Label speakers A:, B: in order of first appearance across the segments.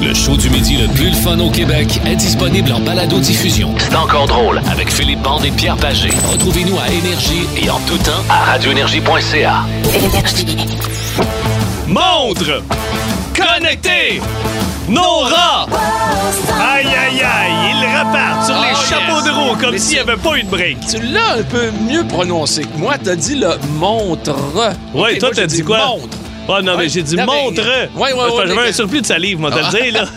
A: l'après-midi le plus le fun au Québec est disponible en balado-diffusion. C'est encore drôle avec Philippe Bande et Pierre Pagé. Retrouvez-nous à Énergie et en tout temps à radioénergie.ca.
B: Montre! Connecté! Nos rats! Aïe, aïe, aïe! Ils repartent sur les
C: Oh,
B: chapeaux
C: yes.
B: de roue comme
C: Mais
B: s'il n'y
C: ça-
B: avait pas eu de break.
C: Tu l'as un peu mieux prononcé que moi. T'as dit le montre.
B: Ouais,
C: Ok,
B: toi,
C: moi,
B: t'as
C: j'ai
B: dit quoi?
C: Montre.
B: Oh non, mais
C: Ouais.
B: j'ai dit
C: Non, mais-
B: montre!
C: Ouais, ouais,
B: Parce que
C: ouais,
B: J'avais
C: mais- Ah.
B: un surplus de salive, moi, t'as le dire, là.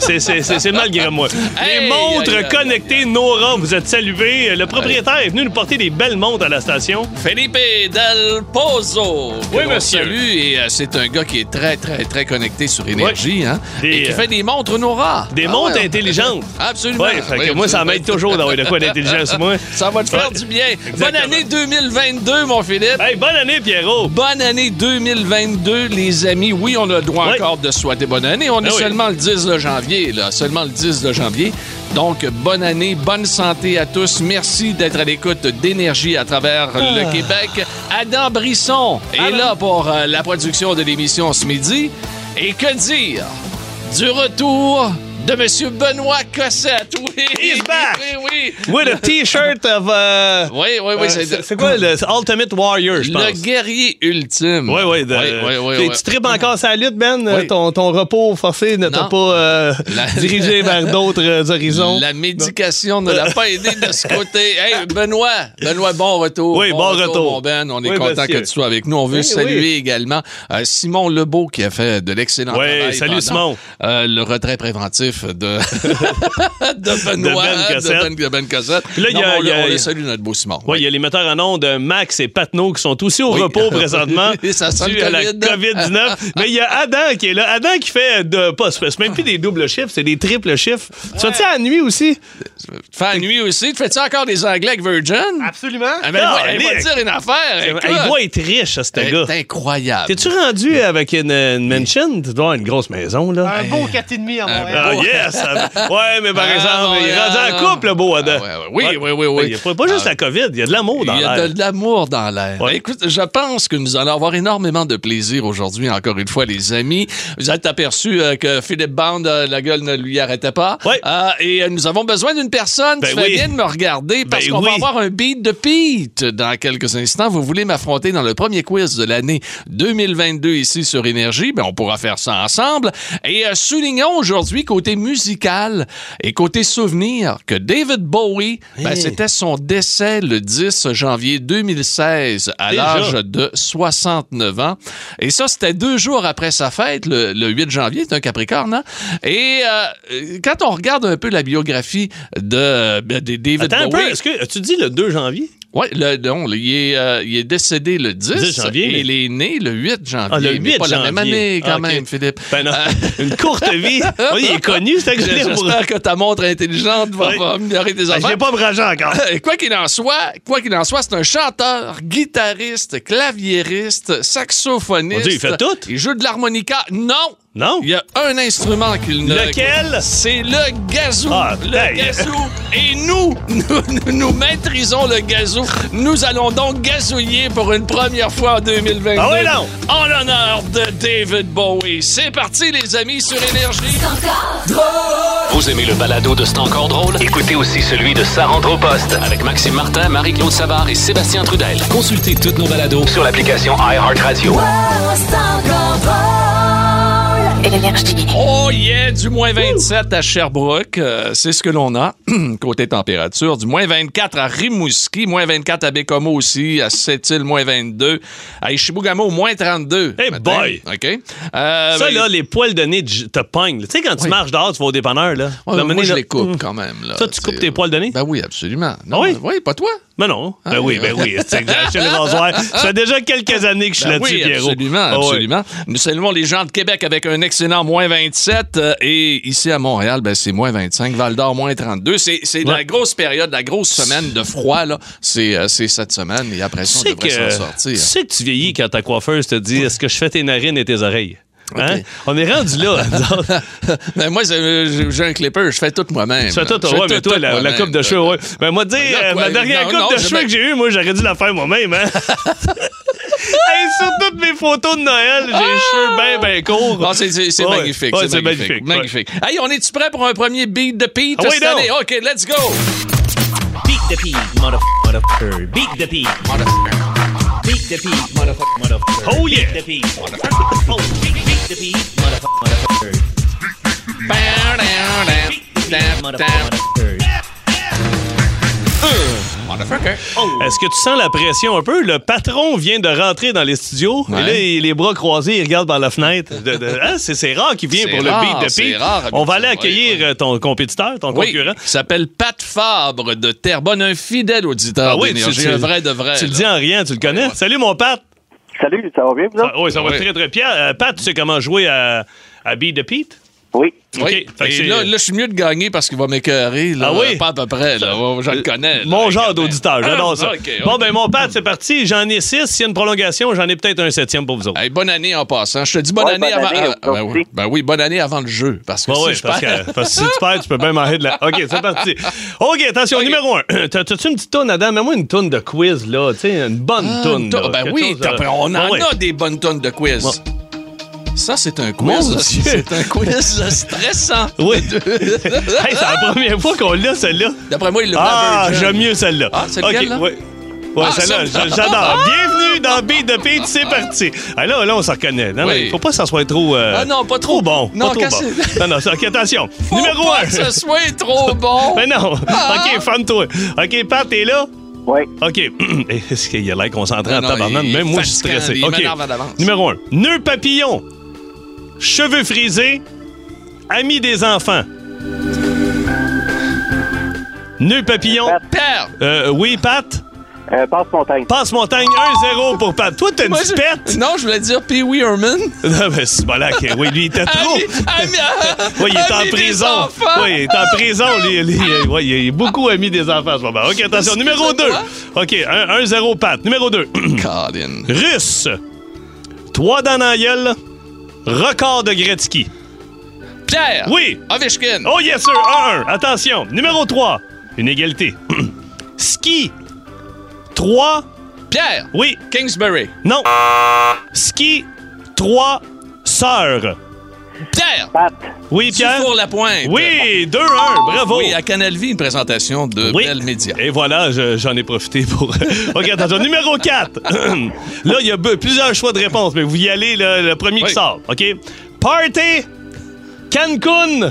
B: C'est- C'est c'est- c'est mal moi.
C: Aïe,
B: les
C: aïe,
B: montres
C: aïe,
B: connectées Nora, vous êtes salués. Euh, Le propriétaire est venu nous porter des belles montres à la station.
C: Felipe Del Pozo. que
B: Oui,
C: l'on
B: monsieur.
C: salue, et euh, c'est un gars qui est très, très, très connecté sur Énergie, hein.
B: Des,
C: et qui
B: euh,
C: fait des montres Ah Nora.
B: des montres intelligentes.
C: Absolument.
B: Ouais, fait que
C: Ah, Oui,
B: moi, ça
C: absolument.
B: m'aide toujours d'avoir de quoi d'intelligence, moi.
C: Ça va te faire
B: Ouais.
C: du bien. Bonne
B: Exactement.
C: année 2022, mon Philippe.
B: Hey, bonne année, Pierrot!
C: Bonne année 2022, les amis. Oui, on a le droit
B: Oui.
C: encore de souhaiter bonne année. On
B: Ben
C: est
B: oui.
C: seulement le 10 de janvier, là. Seulement le 10 de janvier. Donc, bonne année, bonne santé à tous. Merci d'être à l'écoute d'énergie à travers le Québec. Adam Brisson est
B: Ah. Adam.
C: là pour euh, la production de l'émission ce midi. Et que dire du retour de Monsieur Benoît Cossette? Oui,
B: He's back.
C: oui, oui.
B: With a T-shirt of... euh,
C: Oui, oui, oui.
B: euh,
C: c'est-
B: c'est c'est quoi, le c'est Ultimate Warrior, je pense?
C: le guerrier ultime.
B: Ouais, ouais. de-
C: Ouais, ouais, ouais,
B: T'es-
C: ouais.
B: Tu tripes encore sa lutte, Ben? Euh, Ton, ton repos forcé ne t'a
C: Non.
B: pas euh,
C: La-
B: dirigé vers d'autres euh, horizons?
C: La médication ne l'a pas aidé de ce côté. Hey, Benoît, Benoît, bon retour.
B: Oui, bon retour.
C: mon ben, on est
B: Oui,
C: content
B: monsieur.
C: que tu sois avec nous. On veut
B: Oui,
C: saluer
B: oui.
C: également euh, Simon Lebeau qui a fait de l'excellent
B: Oui,
C: travail.
B: salut,
C: pendant,
B: Simon.
C: euh, le retrait préventif de, de Benoît,
B: De Ben Cossette.
C: de Ben, de Ben Cossette.
B: Puis là, il y a-
C: Non, mais on
B: il y a-
C: le- on
B: il y
C: le
B: a-
C: salue, notre beau Simon.
B: Oui, il y a les metteurs en ondes euh, Max et Patnaud qui sont aussi au
C: Oui.
B: repos présentement.
C: Et ça sent
B: dû
C: le
B: à la
C: COVID.
B: COVID-19. Mais il y a Adam qui est là. Adam qui fait euh, de, pas, c'est même plus des doubles chiffres, c'est des triples chiffres. Tu vas-tu à la nuit aussi?
C: Tu fais la nuit aussi. Tu fais-tu encore des Anglais avec Virgin?
D: Absolument.
C: Ah, ben,
B: Ah,
C: ouais, elle va
B: Nick.
C: dire une affaire.
B: Hey,
C: écoute.
B: il doit être riche, ce
C: Elle
B: gars.
C: est incroyable.
B: T'es-tu rendu avec une, une mansion? Tu dois avoir une grosse maison, là.
D: Un beau 4,5 à Montréal.
B: Ah, yes! Ah, Ouais, mais par
C: Ah,
B: exemple, il est
C: Montréal,
B: rendu en
C: non.
B: couple, le beau Adam.
C: Ah, ouais, ouais. Oui, oui, oui, oui.
B: Il y a pas, pas juste
C: Ah.
B: la COVID, il y a de l'amour dans
C: Il y a
B: l'air.
C: de l'amour dans l'air.
B: Ouais.
C: Écoute, je pense que nous allons avoir énormément de plaisir aujourd'hui, encore une fois, les amis. Vous êtes aperçus euh, que Philippe Bond, euh, la gueule ne lui arrêtait pas.
B: Ouais.
C: Euh, et euh, nous avons besoin d'une personne.
B: Ben
C: tu fais
B: oui.
C: bien de me regarder parce
B: Ben
C: qu'on va
B: oui.
C: avoir un beat de Pete dans quelques instants. Vous voulez m'affronter dans le premier quiz de l'année 2022 ici sur Énergie. Ben, on pourra faire ça ensemble. Et euh, soulignons aujourd'hui, côté musical et côté souvenir, que David Bowie, ben,
B: Hein.
C: c'était c'était son décès le 10 janvier 2016 à
B: Déjà?
C: l'âge de 69 ans. Et ça, c'était deux jours après sa fête, le, le 8 janvier, c'est un Capricorne. hein? Et euh, quand on regarde un peu la biographie de, de- de David
B: Attends un peu,
C: Bowie,
B: est-ce que tu dis le 2 janvier?
C: ouais, le, non, il, est, euh, il est décédé le 10,
B: 10 janvier,
C: et
B: mais-
C: il est né le 8 janvier,
B: Ah, le 8
C: mais pas la même
B: janvier.
C: année quand
B: Ah, ok.
C: même, Philippe.
B: Ben non,
C: Euh,
B: une courte vie. Oui, il est connu, c'est que je l'ai pour-
C: J'espère que ta montre intelligente va,
B: Oui.
C: va améliorer tes
B: Ben, je
C: affaires.
B: l'ai pas bragé encore.
C: Et quoi qu'il en soit, quoi qu'il en soit, c'est un chanteur, guitariste, claviériste, saxophoniste.
B: Mon Dieu, il fait tout?
C: Il joue de l'harmonica. Non.
B: Non?
C: Il y a un instrument qu'il ne.
B: Lequel?
C: C'est le gazou.
B: Ah,
C: le
B: hey.
C: gazou. Et nous, nous, nous- nous maîtrisons le gazou. Nous allons donc gazouiller pour une première fois en 2022.
B: Ah ouais, non.
C: En l'honneur de David Bowie. C'est parti, les amis, sur Énergie.
A: Vous aimez le balado de C'est encore drôle? Écoutez aussi celui de Sa rentre au poste avec Maxime Martin, Marie-Claude Savard et Sébastien Trudel. Consultez tous nos balados sur l'application iHeartRadio.
C: Oh yeah, du moins 27 à Sherbrooke, euh, c'est ce que l'on a côté température. Du moins 24 à Rimouski, moins 24 à Bécomo aussi, à Sept-Îles, moins 22, à Ishibugamo, moins 32.
B: Hey Eh
C: Matin.
B: boy!
C: OK. Euh,
B: Ça,
C: mais-
B: là, les poils de nez te te pognent. là. Tu sais, quand tu
C: Oui.
B: marches dehors, tu vas au dépanneur, là.
C: Ouais,
B: Là,
C: mais moi,
B: mener,
C: je
B: là,
C: les coupe
B: hum.
C: quand même. Là,
B: Ça, tu
C: C'est-
B: coupes tes poils de nez? Ah
C: Ben oui, absolument. Non,
B: oui?
C: Oui, pas toi?
B: Mais non. Ben
C: Ah,
B: oui, ben oui. C'est que j'ai acheté le rasoir. Ça fait déjà quelques années que je suis
C: Ben
B: là-dessus,
C: oui,
B: Pierrot.
C: absolument,
B: Ah ouais.
C: absolument. Nous saluons les gens de Québec avec un excellent moins 27. euh, et ici à Montréal, ben, c'est moins 25. Val-d'Or, moins 32. C'est, c'est la grosse période, la grosse semaine de froid. Là. C'est, euh, c'est cette semaine et après
B: Tu
C: ça, on
B: sais
C: devrait
B: que,
C: s'en sortir.
B: tu sais que tu vieillis quand ta coiffeuse te dit est-ce que je fais tes narines et tes oreilles? Hein? On est rendu là. nous autres.
C: Ben, moi, c'est- j'ai, j'ai un clipper. Je fais tout moi-même.
B: Tu fais tout,
C: Je
B: ouais, mais
C: tout-
B: toi,
C: tout
B: la, la
C: moi-même.
B: coupe de cheveux, ouais. Ben, moi, te dire,
C: Là,
B: euh,
C: quoi,
B: ma dernière
C: non,
B: coupe
C: non,
B: de
C: je
B: cheveux
C: me-
B: que j'ai eue, moi, j'aurais dû la faire moi-même, hein. Hey, sur toutes mes photos de Noël, j'ai les cheveux bien, bien courts.
C: Bon, Ah! c'est c'est- c'est
B: Ouais.
C: magnifique.
B: Ouais,
C: c'est magnifique. magnifique. Hey, on est-tu prêt pour un premier beat de Pete
B: Ah oui,
C: cette
B: donc.
C: année? OK, let's go!
D: Beat the pig, motherfucker, motherfucker. Beat the pig, motherfucker. Beat the pig, motherfucker, motherfucker.
B: Oh, yeah.
D: Beat the pig, motherfucker. Oh, beat, beat the pig, motherfucker, motherfucker. Beat the pig, motherfucker, motherfucker. Oh,
B: Est-ce que tu sens la pression un peu? Le patron vient de rentrer dans les studios.
C: Ouais.
B: Et là, il- les bras croisés, il regarde par la fenêtre. De- de- hein, C'est c'est rare qu'il vient
C: C'est
B: pour
C: rare,
B: le beat de
C: c'est
B: Pete.
C: rare,
B: On va aller
C: habituellement,
B: accueillir
C: oui, oui.
B: euh, ton compétiteur, ton
C: Oui,
B: concurrent.
C: il s'appelle Pat Fabre de Terrebonne, un fidèle auditeur
B: Ah oui, tu,
C: d'énergie,
B: tu-
C: un vrai de vrai.
B: Tu le
C: là.
B: dis en rien, tu le connais.
C: ouais.
B: Salut mon Pat.
E: Salut, ça va bien, vous autres?
B: Ah, oui, ça va
C: Oui.
B: très très bien. Euh, Pat, tu sais comment jouer à, à Beat the Pete?
E: Oui.
C: Oui.
B: OK. Fait que
C: Et
B: c'est-
C: là, là, je suis mieux de gagner parce qu'il va m'écœurer. là,
B: Ah oui?
C: Pas à peu près. Là. Ouais, Je le connais. là.
B: Mon genre
C: Regarde.
B: d'auditeur, j'adore
C: Ah,
B: ça.
C: OK,
B: Bon,
C: OK.
B: ben mon Pat, c'est parti. J'en ai six. S'il y a une prolongation, j'en ai peut-être un septième pour vous autres.
C: Hey, bonne année en passant. Je te dis bonne
E: Ouais,
C: année
E: bonne
C: avant.
E: année,
C: ah, ben,
E: aussi.
C: oui, Ben oui, bonne année avant le jeu. Parce que
B: Bah Ouais,
C: si
B: ouais,
C: je
B: parce,
C: perds-
B: que, parce que si tu perds, tu peux bien m'arrêter de la. OK, c'est parti. OK, attention,
C: OK.
B: numéro un. T'as- T'as-tu une petite toune, Adam? Mets-moi une toune de quiz, là. Tu sais, une bonne
C: Ah,
B: toune.
C: to-
B: là.
C: ben
B: Quelque
C: oui,
B: chose,
C: t'as-
B: euh,
C: on en
B: ouais.
C: a des bonnes tonnes de quiz. Ça, c'est un quiz.
B: Mon Dieu.
C: C'est un quiz stressant.
B: Oui. hey, c'est la première fois qu'on l'a, celle-là.
C: D'après moi, il l'a
B: Ah,
C: Average.
B: j'aime mieux celle-là.
C: Ah, c'est lequel, là?
B: Ouais. Ouais,
C: Ah,
B: celle-là,
C: ça-
B: j'a- j'adore. Bienvenue dans Beat de Pete, c'est parti. Ah, là, là, on s'en reconnaît. Non, non,
C: Oui.
B: il faut pas que ça soit trop. euh,
C: Ah non, pas trop.
B: bon.
C: Non,
B: pas trop
C: quand
B: bon.
C: c'est-
B: Non, non, ça- ok, attention.
C: Faut
B: Numéro Ben
C: pas
B: 1.
C: que ce soit trop bon.
B: Mais non. OK, femme-toi. OK, Pat, t'es là?
E: Ah. Oui.
B: OK. Est-ce qu'il a l'air concentré en
C: Ben Non, non,
B: tabarnane?
C: il est
B: Même moi, je suis
C: fatigant,
B: stressé.
C: il
B: OK.
C: m'énerve à l'avance.
B: Numéro 1. Nœud papillon. Cheveux frisés. Ami des enfants. Nœud papillon.
E: Pat.
C: Père.
B: Euh, oui, Pat.
E: Euh, passe montagne.
B: Passe-montagne 1-0 pour Pat. Toi, t'as une
C: Moi,
B: petite
C: je-
B: pète.
C: Non, je voulais dire Pee Wee Herman.
B: Non, mais c'est voilà, ok. Oui, lui, il était trop.
C: Ami- ami-
B: Oui, il est
C: ami
B: en
C: des
B: prison.
C: enfants.
B: Oui, il est en prison, lui. lui, euh, ouais, il est beaucoup ami des enfants en ce moment. OK, attention. Numéro 2. OK, 1-0 Pat. Numéro 2.
C: Oh, Colin.
B: Russe. Trois dans la gueule. Record de Gretzky.
C: Pierre.
B: Oui.
C: Ovechkin.
B: Oh yes, sir. 1-1. Attention. Numéro 3. Une égalité. Ski. 3.
C: Pierre.
B: Oui.
C: Kingsbury.
B: Non. Ski. 3. Sœurs.
C: Pierre.
E: Pat.
B: Oui, Pierre?
C: Dufour la pointe.
B: Oui, 2-1. Bravo.
C: Oui, à Canal Vie, une présentation de
B: Oui.
C: Bell Media.
B: Et voilà, je- j'en ai profité pour. OK, attention. Numéro 4. là, il y a be- plusieurs choix de réponse, mais vous y allez le, le premier
C: Oui.
B: qui sort. OK? Party, Cancun,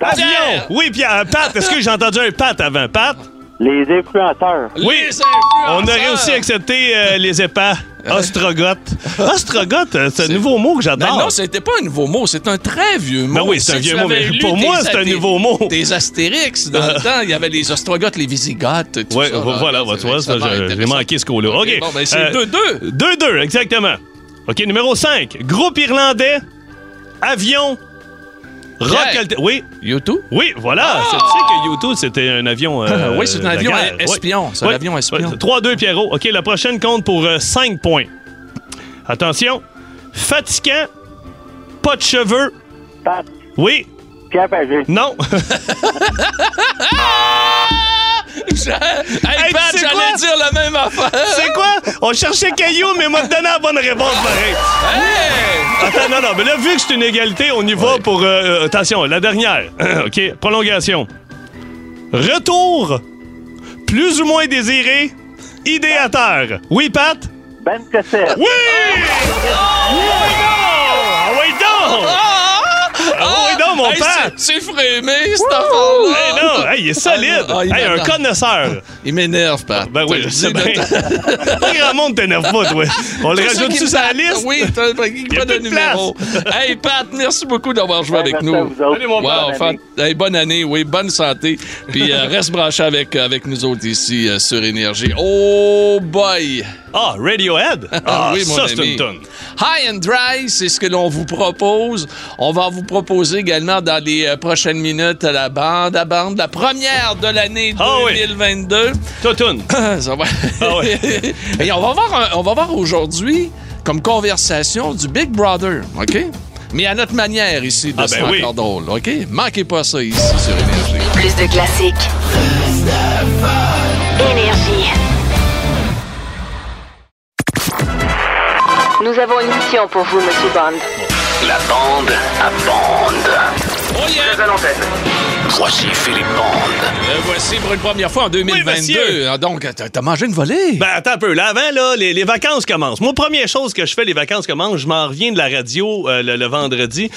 B: avion.
C: Pierre.
B: Oui, Pierre. euh, Pat, est-ce que j'ai entendu un Pat avant? Pat?
E: Les influenceurs.
B: Oui.
C: Les influenceurs.
B: On aurait aussi accepté euh, les épais. Ostrogoth. Ostrogoth, euh, c'est un nouveau mot que
C: Mais
B: j'adore.
C: Ben non, c'était pas un nouveau mot, c'est un très vieux mot.
B: Ben oui, c'est un
C: Si
B: vieux
C: tu
B: mot,
C: avais
B: mais
C: lu
B: pour
C: tes-
B: moi, c'est un
C: tes-
B: nouveau mot. Euh.
C: Des Astérix, dans le temps, il y avait les Ostrogoths, les Visigoths, tout
B: Ouais,
C: ça. là.
B: voilà, bah, tu vois,
C: C'est
B: ça,
C: vraiment
B: j'ai- j'ai
C: intéressant.
B: manqué ce coup-là. OK.
C: Bon, ben, c'est
B: Euh,
C: 2-2.
B: 2-2, exactement. OK, numéro 5. Groupe irlandais, avion, rock
C: Pierre.
B: alter- Oui,
C: YouTube?
B: oui, voilà. C'est- Tu sais que YouTube, c'était un avion. euh,
C: Ah! Oui, c'est un
B: de
C: avion
B: guerre.
C: à- espion.
B: Oui.
C: C'est un
B: Oui.
C: avion espion.
B: Oui. 3-2, Pierrot. OK, la prochaine compte pour 5 points. Attention. Fatigant, pas de cheveux.
E: Pat.
B: Oui,
E: Pierre Pagé.
B: non.
C: Hey,
B: Hey,
C: Pat,
B: tu sais
C: j'allais
B: quoi?
C: dire la même affaire.
B: c'est quoi? On cherchait Caillou, mais m'a donné la bonne réponse, pareil.
C: Hey!
B: Attends, non, non, mais là, vu que c'est une égalité, on y va pour. euh, euh, attention, la dernière. OK, prolongation. Retour, plus ou moins désiré, idéateur. Oui, Pat?
E: Ben Cossette.
B: Oui! Ah oui, non! Ah oui, non, mon
C: Hey,
B: Pat!
C: c'est- C'est frémé, cette affaire-là.
B: Hey, non, hey, il est solide!
C: Ah, il
B: hey, un
C: m'attend.
B: connaisseur!
C: Il m'énerve, Pat.
B: Ben oui, je sais
C: C'est
B: bien.
C: notre-
B: Pas grand monde t'énerve pas, toi. On le
C: Tous ceux qui
B: rajoute-tu
C: me
B: sur la
C: battent.
B: liste?
C: Oui, t'as pas
B: Y a
C: pas de
B: plus de
C: numéro. hey, Pat, merci beaucoup d'avoir joué
E: Ouais, ben,
C: avec
E: merci
C: nous.
E: à vous autres. Allez, mon
C: Wow,
E: Pat, bonne
C: fat-
E: année.
C: hey, bonne année, oui, bonne santé. Puis euh, reste branché avec, avec nous autres ici euh, sur Énergie. Oh boy!
B: Ah, Radiohead? Ah,
C: oui, mon
B: ça, c'est
C: ami.
B: une tonne.
C: High and Dry, c'est ce que l'on vous propose. On va vous proposer également dans les euh, prochaines minutes la bande à bande, la première de l'année
B: Ah oui.
C: 2022.
B: Totoun.
C: Ça va.
B: Ah ouais.
C: Et on va voir, un- on va voir aujourd'hui comme conversation du Big Brother, OK? Mais à notre manière ici
B: Ah,
C: de
B: ben
C: C'est
B: oui.
C: encore drôle, OK? Manquez pas ça ici sur Énergie.
F: Plus de classiques. Énergie. Nous avons une mission pour vous, Monsieur Bond.
A: La bande à bande.
C: Oh yeah!
A: Voici Philippe
B: Ben
A: Bond.
C: Le voici pour une première fois en 2022.
B: monsieur.
C: Ah, donc, t'as t'as mangé une volée?
B: Ben, attends un peu. Là, avant, là, les, les vacances commencent. Moi, première chose que je fais, les vacances commencent. Je m'en reviens de la radio euh, le, le vendredi.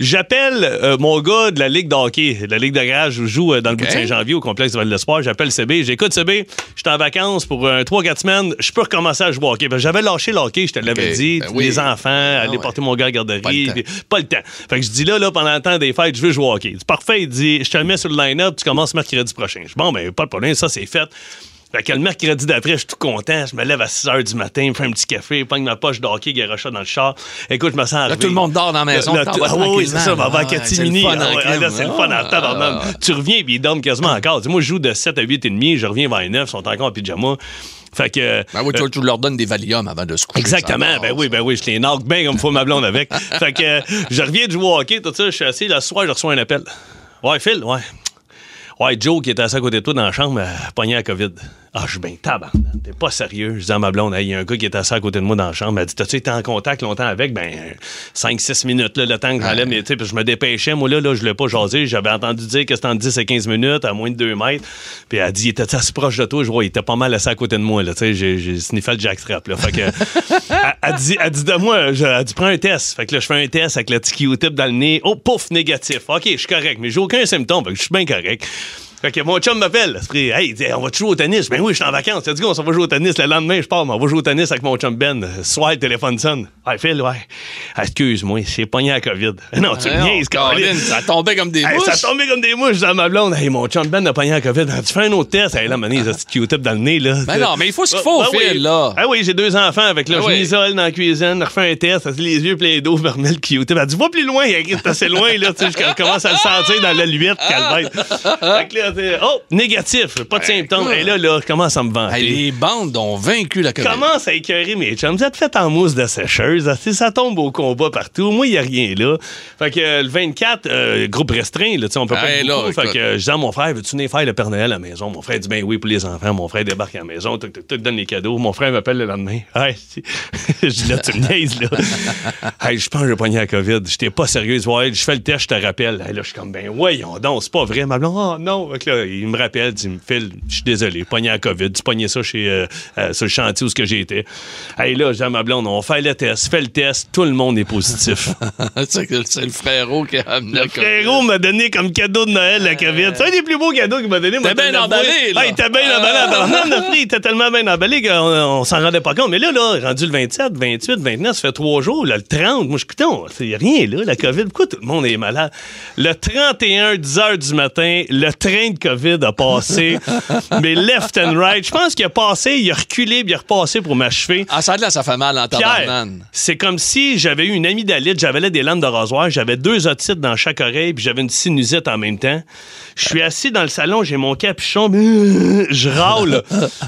B: J'appelle euh, mon gars de la Ligue de hockey, de la Ligue de garage où je joue euh, dans le bout de Saint-Janvier au complexe de Val d'Espoir. J'appelle CB. J'écoute CB. Je suis en vacances pour 3-4 semaines. Je peux recommencer à jouer au hockey. Parce que J'avais lâché le hockey, je te l'avais
C: Ok,
B: dit.
C: ben oui.
B: Les enfants, aller
C: ouais.
B: porter mon gars à la garderie.
C: Pas le temps.
B: puis pas le temps. Fait que je dis là, là, pendant le temps des fêtes, je veux jouer au hockey. Il dit, parfait, il dit, je te le mets sur le line-up, tu commences mercredi prochain. Je dis, bon, ben, pas de problème, ça, c'est fait. Fait que le mercredi d'après, je suis tout content. Je me lève à 6 h du matin, me fais un petit café, pogne ma poche de hockey, garocha dans le char. Écoute, je me sens arrivé.
C: tout le monde dort dans la maison,
B: Là,
C: t'en
B: tout-
C: vas
B: ah oui, oui, c'est ça, on va
C: tranquillement.
B: à
C: Ah ouais,
B: Catimini.
C: c'est le fun
B: Ah
C: en
B: ouais,
C: crime.
B: là, C'est le fun
C: Ah,
B: en tabarnak. Tu reviens, puis ils dorment quasiment encore. Dis, moi, je joue de 7 à 8 et demi, je reviens vers 9, ils sont encore en pyjama. Fait que.
C: Ben oui, tu, tu leur donnes des Valium avant de se coucher.
B: euh, Exactement.
C: ça
B: Ben
C: passe.
B: oui, ben oui, je les nargue bien comme faut ma blonde avec. fait que euh, je reviens de jouer au hockey, tout ça, je suis assis, là, ce soir, je reçois un appel. Ouais, Phil, ouais. Ouais, Joe, qui était assis à côté de toi dans la chambre, euh, pogné à la COVID. Ah, je suis bien tabarnak. T'es pas sérieux. Je dis à ma blonde, Hey, il y a un gars qui est assis à côté de moi dans la chambre. Elle dit, t'as-tu été en contact longtemps avec? Ben, 5-6 minutes, là, le temps que j'enlève mes, tu sais, puis je me dépêchais. Moi, là, là, je voulais pas jaser. J'avais entendu dire que c'était en 10 et 15 minutes, à moins de 2 mètres. Puis elle dit, il était assez proche de toi. Je vois, il était pas mal assis à côté de moi, là. Tu sais, j'ai, j'ai sniffé le jackstrap, là. Fait que, elle, elle dit, elle dit de moi, je- elle dit, prends un test. Fait que là, je fais un test avec le petit Q-tip dans le nez. Oh, pouf, négatif. OK, je suis correct, mais j'ai aucun symptôme. Fait que je suis bien correct. Fait que mon chum m'appelle. C'est pris, Hey, il dit, on va jouer au tennis. Ben oui, je suis en vacances. Il dit, on s'en va jouer au tennis. Le lendemain, je pars, mais on va jouer au tennis avec mon chum Ben. Soir, le téléphone sonne. Hey, Phil, ouais. Ah, Excuse-moi, c'est pogné à la COVID. Non, tu
C: Ah, Non,
B: me niaises,
C: Colin,
B: Colin.
C: Hein, oh, ça tombait comme des
B: Hey,
C: mouches.
B: ça tombait comme des mouches dans ma blonde. Hey, mon chum Ben a pogné la COVID. Tu fais un autre test. Hey, là, mané, il a ce Q-tip dans le nez, là.
C: Ben non, mais il faut ce qu'il faut,
B: Ah, ah
C: Phil,
B: oui.
C: là.
B: Ah oui, j'ai deux enfants avec, là.
C: Ah
B: je
C: oui.
B: m'isole dans la cuisine, je refais un test, ça, c'est les yeux pleins d'eau, je me remets le Q-tip. Elle dit, va plus loin, elle dit, c'est assez loin, là. Tu sais, je commence à le sentir dans la luette, calvaire. Fait que là, tu sais, oh, négatif, pas de symptômes.
C: écoute.
B: Et là, là, je commence à me vanter.
C: Hey, les bandes ont vaincu la COVID.
B: Commence à écœurer mes chums. Vous êtes fait en mousse de sécheuse. hein, tu sais, Ça tombe au combat partout. Moi, il n'y a rien là. Fait que euh, le 24, euh, groupe restreint, là, tu sais, on peut pas
C: Hey,
B: être
C: là,
B: beaucoup. fait
C: écoute.
B: que euh, je dis à mon frère, veux-tu venir faire le Père Noël à la maison? Mon frère dit, ben oui, pour les enfants. Mon frère débarque à la maison, toc, toc, toc, donne les cadeaux. Mon frère m'appelle le lendemain. Hey, si- je dis, là, tu me niaises, là. Hey, je pense que j'ai pogné la COVID. J'étais pas sérieux. Ouais, je fais le test, je te rappelle. Hey, là, je suis comme, ben voyons donc, c'est pas vrai. Ma blonde, oh non. Fait que là, il me rappelle, il me file, je suis désolé, pogné la COVID. Tu pognais ça chez, euh, euh, sur le chantier où ce que j'ai été. Hey, là, je dis à ma blonde, on fait le test, fais le test, tout le monde est positif.
C: c'est que c'est le frérot qui a amené la
B: Le frérot m'a donné comme cadeau de Noël la COVID. C'est un des plus beaux cadeaux qu'il m'a donné. moi,
C: Euh. T'es bien
B: tellement
C: emballé,
B: vrai.
C: là.
B: Ah, il était bien emballé. Alors, non, notre prix, il était tellement bien emballé qu'on on s'en rendait pas compte. Mais là, là, rendu le 27, 28, 29, ça fait trois jours. Là, le 30, moi, je coûte, c'est rien, là, la COVID. Pourquoi tout le monde est malade? Le 31, 10 h du matin, le train de COVID a passé. mais left and right, je pense qu'il a passé, il a reculé, puis il a repassé pour m'achever.
C: Ah, ça, là, ça fait mal en
B: Pierre,
C: tabarnane.
B: c'est comme si j'avais eu une amygdalite, j'avais là des lames de rasoir, j'avais deux otites dans chaque oreille, puis j'avais une sinusite en même temps. Je suis assis dans le salon, j'ai mon capuchon, euh, je râle.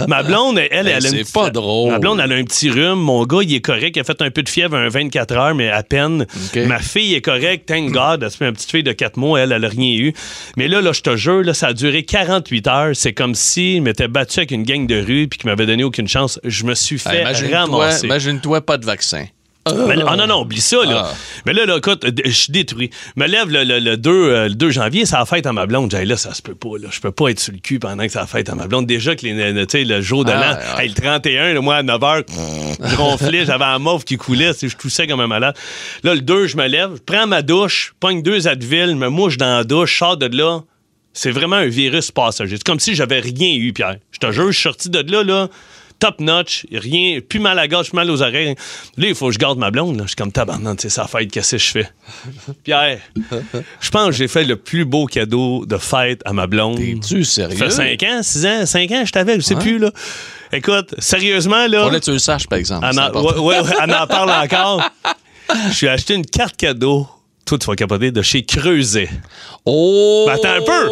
B: Ma blonde, elle, elle,
C: Hey,
B: a une
C: Ben, c'est
B: petite-
C: pas drôle.
B: Ma blonde, elle a un petit rhume. Mon gars, il est correct. Il a fait un peu de fièvre un 24 heures, mais à peine.
C: Ok.
B: Ma fille est correcte. Thank God. Elle se fait une petite fille de 4 mois. Elle, elle a rien eu. Mais là, là, je te jure, là, ça a duré 48 heures. C'est comme si je m'étais battu avec une gang de rue puis qu'ils m'avaient donné aucune chance. Je me suis
C: Hey,
B: fait
C: Ben, Imagine-toi,
B: ramasser.
C: imagine-toi pas de vaccin.
B: Mais là- ah non, non, oublie ça, là.
C: Ah.
B: Mais là, là, écoute, d- je suis détruit. Je me lève le, le- le 2, euh, le 2 janvier, ça a fête à ma blonde. J'ai dit, là, ça se peut pas, là. Je peux pas être sur le cul pendant que ça a fête à ma blonde. Déjà que les, euh, tu sais, le jour de
C: Ah,
B: l'an,
C: ouais.
B: hey, le 31, le mois à 9 h, je ronflais, j'avais un mauve qui coulait, tu sais, je toussais comme un malade. Là, le 2, je me lève, je prends ma douche, pogne deux Advil, me mouche dans la douche, je sors de là. C'est vraiment un virus passager. C'est comme si j'avais rien eu, Pierre. Je te jure, je suis sorti de là, là, top notch, rien, plus mal à gauche, plus mal aux oreilles. Là, il faut que je garde ma blonde. là. Je suis comme tabarnante, c'est sa fête, qu'est-ce que je fais? Pierre, je pense que j'ai fait le plus beau cadeau de fête à ma blonde.
C: Es-tu sérieux?
B: Ça fait 5 ans, 6 ans, 5 ans, je t'avais, je sais plus, là. Écoute, sérieusement, là.
C: Faudrait que tu le saches, par exemple.
B: Elle
C: c'est
B: en,
C: important.
B: ouais, ouais, ouais, elle en parle encore. Je lui ai acheté une carte cadeau Toi, tu vas capoter de chez Creuset.
C: Oh!
B: Ben, attends un peu!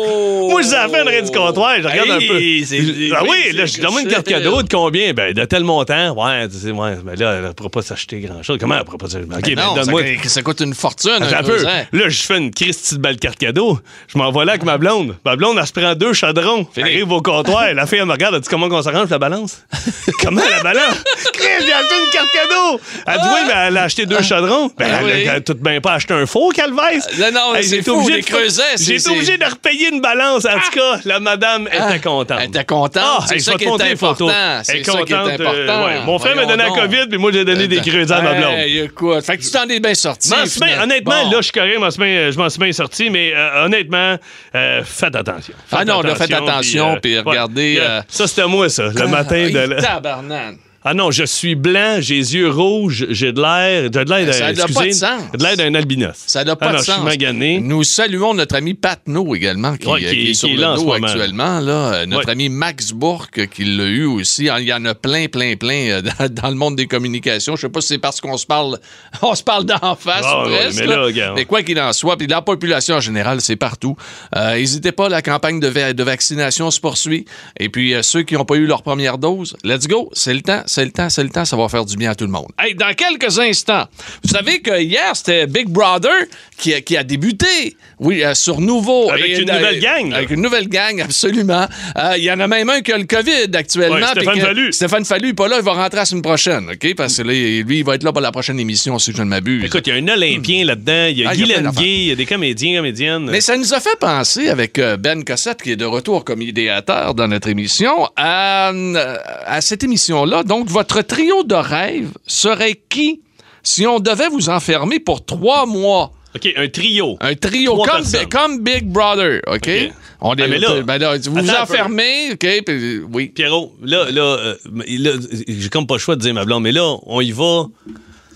B: Moi, je avais un raid du comptoir, je regarde un
C: Hey,
B: peu.
C: c'est-
B: Je- Ah oui,
C: c'est-
B: là, je lui donne une carte
C: c'est-
B: cadeau de combien? Ben, de tel montant. Ouais, tu sais, ouais, mais là, elle ne pourra pas s'acheter grand-chose. Comment elle ne pourra pas s'acheter? Ok, ben,
C: Non, ça,
B: donne-moi.
C: ça coûte une fortune.
B: Attends un
C: deux
B: peu.
C: ans.
B: Là, je fais une Christie de belle carte cadeau. Je m'envoie là avec ma blonde. Ma blonde, elle se prend deux chaudrons.
C: Fini.
B: Arrive au comptoir. La fille, elle me regarde. Elle dit Comment on s'arrange la balance Comment la balance Chris, j'ai acheté une carte cadeau. Elle dit Oui, mais elle a acheté deux chaudrons. Ben,
C: Ah
B: elle,
C: oui.
B: a tout de même pas acheté un faux, Calvaise.
C: Euh, non, non, c'est
B: j'ai été
C: fou,
B: obligé
C: des
B: de-
C: creusets, c'est-
B: J'ai été
C: c'est-
B: obligé de repayer une balance. En tout cas, la madame
C: Ah,
B: était contente.
C: elle était contente.
B: Ah,
C: C'est
B: hey, je
C: ça
B: vais te
C: qui est
B: montrer les photos.
C: important.
B: Elle est
C: C'est ça qui est
B: contente, euh,
C: important.
B: ouais. Mon frère m'a
C: Voyons
B: donné la
C: donc. Euh,
B: COVID, mais moi, j'ai donné des creusets à ma blonde.
C: Hey, écoute, fait que tu t'en es bien sorti.
B: M'en suis bien-
C: finalement.
B: honnêtement,
C: Bon.
B: là, je suis correct, m'en suis bien- je m'en suis bien sorti, mais euh, honnêtement, euh, faites attention. Faites
C: Ah non, là, faites attention, puis regardez,
B: yeah.
C: euh,
B: Ça, c'était moi, ça, le matin de.
C: Ah,
B: la-
C: tabarnane.
B: Ah non, je suis blanc, j'ai les yeux rouges, j'ai de l'air. J'ai de l'air d'un.
C: Ben, Ça a pas de
B: excusez,
C: sens.
B: de l'air d'un albinos.
C: Ça n'a pas
B: Ah non,
C: de sens. Hmm.
B: Je suis magané.
C: Nous saluons notre ami Pat No également, qui,
B: Ouais,
C: euh,
B: qui-
C: qui est
B: qui
C: sur
B: est là
C: le
B: en ce
C: dos
B: moment.
C: actuellement. Là. Euh, Notre
B: Ouais.
C: ami Max Bourque, euh, qui l'a eu aussi. Il y en a plein, plein, plein euh, dans, dans le monde des communications. Je sais pas si c'est parce qu'on se parle on se parle d'en face
B: Ah,
C: ou
B: ouais,
C: presque.
B: mais là, regarde.
C: Mais quoi qu'il en soit, puis la population en général, c'est partout. Euh, N'hésitez pas, la campagne de, va- de vaccination se poursuit. Et puis, euh, ceux qui n'ont pas eu leur première dose, let's go. C'est le temps, c'est le temps, c'est le temps. Ça va faire du bien à tout le monde. Hey, dans quelques instants, vous savez que hier, c'était Big Brother qui a, qui a débuté. Oui, euh, sur Nouveau. euh,
B: Avec une nouvelle gang, là.
C: Avec une nouvelle gang, absolument. Euh, Il y en a même un qui a le COVID actuellement.
B: Ouais, Stéphane
C: puis que-
B: Fallu.
C: Stéphane Fallu est pas là, il va rentrer la semaine prochaine, OK? Parce que là, lui, il va être là pour la prochaine émission, si je ne m'abuse.
B: Écoute, il y a un Olympien là-dedans, il y a
C: Ah, il y a
B: Guy
C: plein d'affaires.
B: Lenguet, il y a des comédiens, comédiennes.
C: Mais ça nous a fait penser, avec euh, Ben Cossette, qui est de retour comme idéateur dans notre émission, à, euh, à cette émission-là. Donc, votre trio de rêve serait qui si on devait vous enfermer pour trois mois?
B: OK, un trio.
C: Un trio
B: Trois
C: comme,
B: personnes.
C: comme Big Brother, OK?
B: OK.
C: On est,
B: Ah, mais là-
C: ben là, vous vous
B: Attends un peu.
C: enfermez, OK? puis- euh, oui.
B: Pierrot, là, là, euh, là, j'ai comme pas le choix de dire ma blonde, mais là, on y va.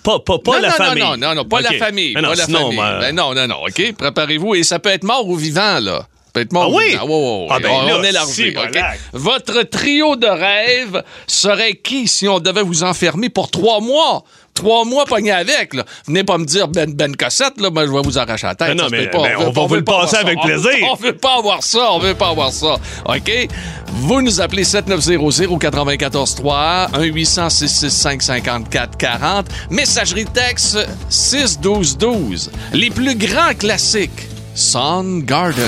B: Pas, pas, pas
C: non,
B: la
C: non,
B: famille.
C: Non, non, non, pas
B: OK.
C: la famille.
B: Mais non,
C: pas la
B: sinon,
C: famille.
B: ben,
C: Ben non, non, non, OK? Préparez-vous. Et ça peut être mort ou vivant, là. Ça peut être mort
B: Ah
C: ou
B: oui?
C: vivant. Ouais, ouais, ouais.
B: Ah ben
C: on,
B: là,
C: on est largué,
B: si,
C: OK?
B: voilà.
C: Votre trio de rêve serait qui si on devait vous enfermer pour trois mois? Trois mois pogné avec, là. Venez pas me dire Ben Ben Cossette, là, ben, je vais vous arracher la tête.
B: Ben non,
C: Ça se
B: mais-
C: peut pas.
B: ben, on
C: veut
B: va
C: pas-
B: vous
C: veut
B: le
C: pas avoir
B: passer
C: ça.
B: avec
C: On veut-
B: plaisir.
C: On veut pas avoir ça, on veut pas avoir ça. OK? Vous nous appelez 7900 94 3 1 800 665 54 40 messagerie texte 6 12 12. Les plus grands classiques Sun Garden.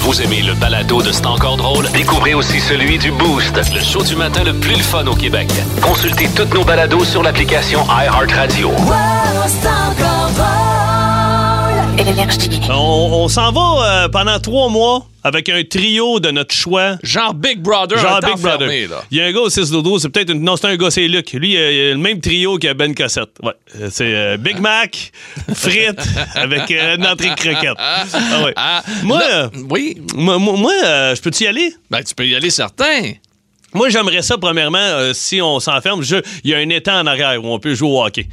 A: Vous aimez le balado de C'est encore drôle? Découvrez aussi celui du Boost, le show du matin le plus le fun au Québec. Consultez toutes nos balados sur l'application iHeartRadio.
F: Énergie.
B: On, on s'en va euh, pendant trois mois avec un trio de notre choix.
C: Genre Big Brother
B: Genre
C: en temps
B: Big Brother.
C: fermé, là.
B: Il y a un gars au 6 dodo, c'est peut-être une- non, c'est un gars, c'est Luc. Lui, euh, il a, il a le même trio que Ben Cossette. Ouais, Euh, c'est euh, Big Mac, frites avec euh, une entrée de croquettes. Ah ouais.
C: Ah,
B: moi,
C: là-
B: euh,
C: oui,
B: moi, moi, moi, euh, je peux-tu y aller?
C: ben tu peux y aller certain.
B: Moi, j'aimerais ça, premièrement, euh, si on s'enferme, je- il y a un étang en arrière où on peut jouer au hockey.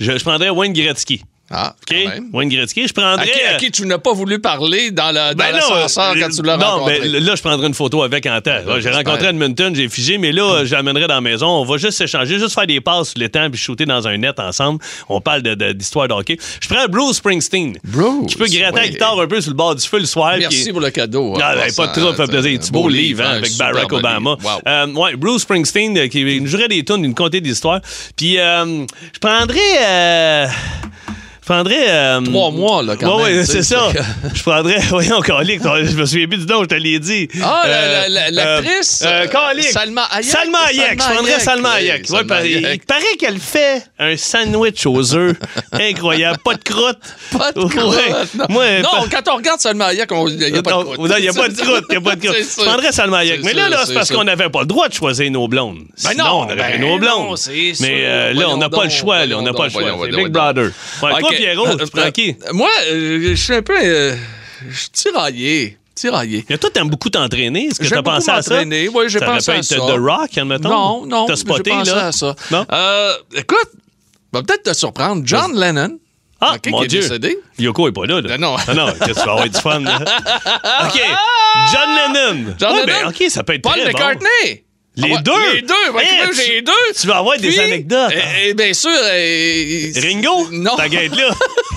B: Je, je prendrais Wayne Gretzky.
C: Ah,
B: OK?
C: quand même.
B: Wayne Gretzky, je
C: À
B: prendrais.
C: qui, à qui tu n'as pas voulu parler dans la- dans
B: Ben
C: l'ascenseur
B: euh,
C: quand tu l'as
B: non,
C: rencontré.
B: ben, là, je prendrai une photo avec en temps. J'ai
C: j'espère.
B: rencontré Edmonton, j'ai figé, mais là, euh, je l'amènerai dans la maison. On va juste s'échanger, juste faire des passes sur l'étang puis shooter dans un net ensemble. On parle de- de- d'histoire de, hockey. Je prends Bruce Springsteen.
C: Bruce,
B: Je peux gratter la
C: ouais.
B: guitare un peu sur le bord du feu le soir.
C: Merci
B: puis-
C: pour le cadeau.
B: Ah,
C: en
B: ben, pas
C: passant.
B: de trouble, fait plaisir.
C: C'est
B: Petit
C: un
B: beau
C: beau
B: livre hein,
C: livre, un
B: avec
C: super
B: Barack
C: bon
B: Obama.
C: livre. Wow.
B: Euh, ouais, Bruce Springsteen euh, qui nous jouerait des tunes, il nous contait des histoires. Puis euh, je prendrais. euh, je prendrais. euh,
C: Trois mois, là, quand
B: ouais,
C: même,
B: ouais,
C: tu sais,
B: c'est ça.
C: fait
B: Je prendrais. Voyons, Calic, je me souviens plus du nom, je te l'ai dit.
C: Ah, la- la- la- l'actrice,
B: euh, Calic.
C: Salma Hayek.
B: Salma Hayek. Je
C: Salma
B: prendrais
C: Hayek,
B: Salma
C: oui,
B: Hayek. Ouais,
C: Salma
B: par- il-
C: Hayek.
B: Il paraît qu'elle fait un sandwich aux œufs. Incroyable. Pas de croûte.
C: Pas de
B: Ouais.
C: croûte. Non,
B: Moi,
C: Non,
B: pas-
C: quand on regarde seulement Hayek, il n'y a pas de
B: non,
C: croûte.
B: non, il n'y a pas de croûte. Il y a pas de croûte.
C: C'est
B: Je
C: sûr.
B: prendrais Salma Hayek.
C: C'est
B: Mais là,
C: sûr,
B: là c'est
C: c'est
B: parce
C: sûr.
B: qu'on n'avait pas le droit de choisir nos blondes.
C: Ben
B: Sinon,
C: non,
B: on aurait pris
C: ben
B: nos blondes.
C: non, c'est sûr.
B: Mais euh, là, on n'a
C: Voyons
B: pas le
C: donc,
B: choix. Là, on n'a
C: voyons
B: pas le
C: donc,
B: choix.
C: voyons
B: C'est
C: donc,
B: Big Brother. Ouais,
C: OK.
B: Toi, Pierrot, tu
C: Euh,
B: prends qui?
C: euh, Moi, euh, je suis un peu... euh, Je suis tiraillé. Tiraillé.
B: Mais toi, t'aimes beaucoup t'entraîner. Est-ce que
C: J'aime
B: t'as pensé
C: beaucoup
B: à ça?
C: m'entraîner. Oui, j'ai
B: Ça
C: pensé
B: aurait
C: à
B: pu
C: ça.
B: être The Rock, admettons?
C: Non, non.
B: T'as spoté,
C: j'ai pensé
B: là?
C: à ça.
B: Non?
C: Euh, écoute, va peut-être te surprendre. John Lennon.
B: Ah,
C: OK,
B: mon
C: qui est
B: Dieu.
C: décédé.
B: Yoko est pas là, là.
C: Ben non.
B: non, qu'est-ce que ça va être du fun, là? OK. John Lennon.
C: John
B: Ouais,
C: Lennon.
B: ben, OK, ça peut être
C: Paul
B: très bon.
C: McCartney.
B: Les
C: Ah ouais,
B: deux?
C: Les deux! Ouais,
B: Eh,
C: creux,
B: tu-
C: j'ai les deux!
B: tu vas avoir des anecdotes, hein.
C: Eh, eh, bien sûr. eh,
B: Ringo?
C: Non.
B: Ta guette là.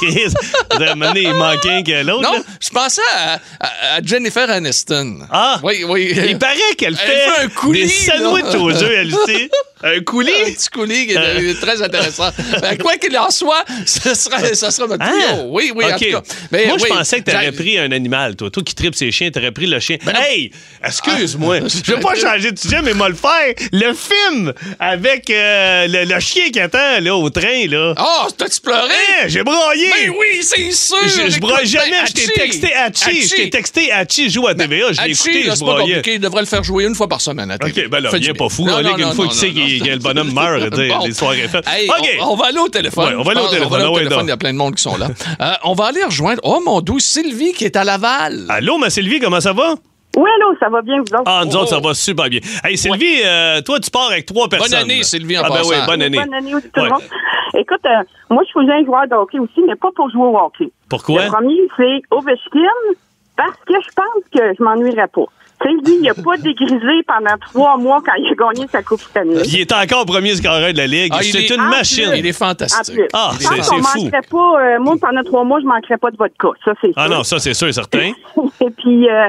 B: Chris, vous avez amené, il manquait un que l'autre. là.
C: Non, je pensais à, à- à Jennifer Aniston.
B: Ah!
C: Oui, oui.
B: Il paraît qu'elle
C: Elle
B: fait,
C: fait un coulis,
B: des
C: là.
B: sandwichs aux œufs, elle sait. Un
C: Un
B: coulis?
C: petit coulis qui est euh, très intéressant. Ben, quoi qu'il en soit, ce sera, ce sera notre
B: Ah!
C: trio. Oui, oui,
B: OK.
C: en tout cas. Mais
B: Moi,
C: oui,
B: je pensais que tu
C: j'a- Ben
B: aurais pris un animal, toi. Toi qui tripes ses chiens, tu aurais pris le chien. hey! Excuse-moi.
C: Ah.
B: je vais pas changer de sujet, mais moi le faire. Le film avec euh, le, le chien qui attend là, au train, là.
C: Oh, t'as-tu pleuré?
B: Hey, j'ai broyé!
C: Mais Ben oui, c'est sûr!
B: Ben Je, je broie
C: Écoute,
B: jamais,
C: ben,
B: je t'ai
C: Hachi.
B: texté Hachi. Je t'ai
C: Hachi. Ben,
B: texté Hachi, joue à TVA, je l'ai
C: Hachi,
B: écouté,
C: là,
B: je
C: c'est pas
B: broyais.
C: compliqué. Il devrait le faire jouer une fois par semaine. à TV.
B: OK, ben là,
C: Fait du
B: viens
C: bien.
B: pas fou.
C: Non,
B: là,
C: non,
B: une
C: non,
B: fois
C: non,
B: qu'il sait
C: non,
B: qu'il-
C: non.
B: que le bonhomme meurt, tu sais, les soirées faites.
C: Hey,
B: OK.
C: on, on va aller au téléphone.
B: Ouais, on va aller au
C: Je pense-
B: téléphone,
C: On va aller
B: ah
C: au
B: ouais,
C: téléphone,
B: donc.
C: il y a plein de monde qui sont là. Euh, on va aller rejoindre, oh mon doux, Sylvie qui est à Laval.
B: Allô, ma Sylvie, comment ça va?
G: Oui, allô, ça va bien, vous autres?
B: Ah, nous autres,
C: Oh.
B: ça va super bien. Hey, Sylvie, euh, toi, tu pars avec trois personnes.
C: année, Sylvie, en
B: Ah, ben
C: passant.
B: oui, bonne année.
G: Bonne année à tout le
B: Ouais.
G: monde. Écoute, euh, moi, je suis un joueur de hockey aussi, mais pas pour jouer au hockey.
B: Pourquoi?
G: Le premier, c'est Ovechkin, parce que je pense que je m'ennuierais pas. Tu sais, lui, il a pas dégrisé pendant trois mois quand il a gagné sa Coupe Stanley.
B: Il est encore premier scoreur de la Ligue.
C: Ah, il
B: C'est
C: est-
B: une
C: ah,
B: machine.
C: Il est
G: En
C: fantastique.
G: plus,
B: Ah,
G: je pense
B: c'est-
G: qu'on
B: c'est fou.
G: manquerait pas, euh, moi, pendant trois mois, je manquerais pas de vodka. Ça, c'est
B: Ah
G: sûr.
B: non, ça, c'est sûr et certain.
G: Et puis, euh,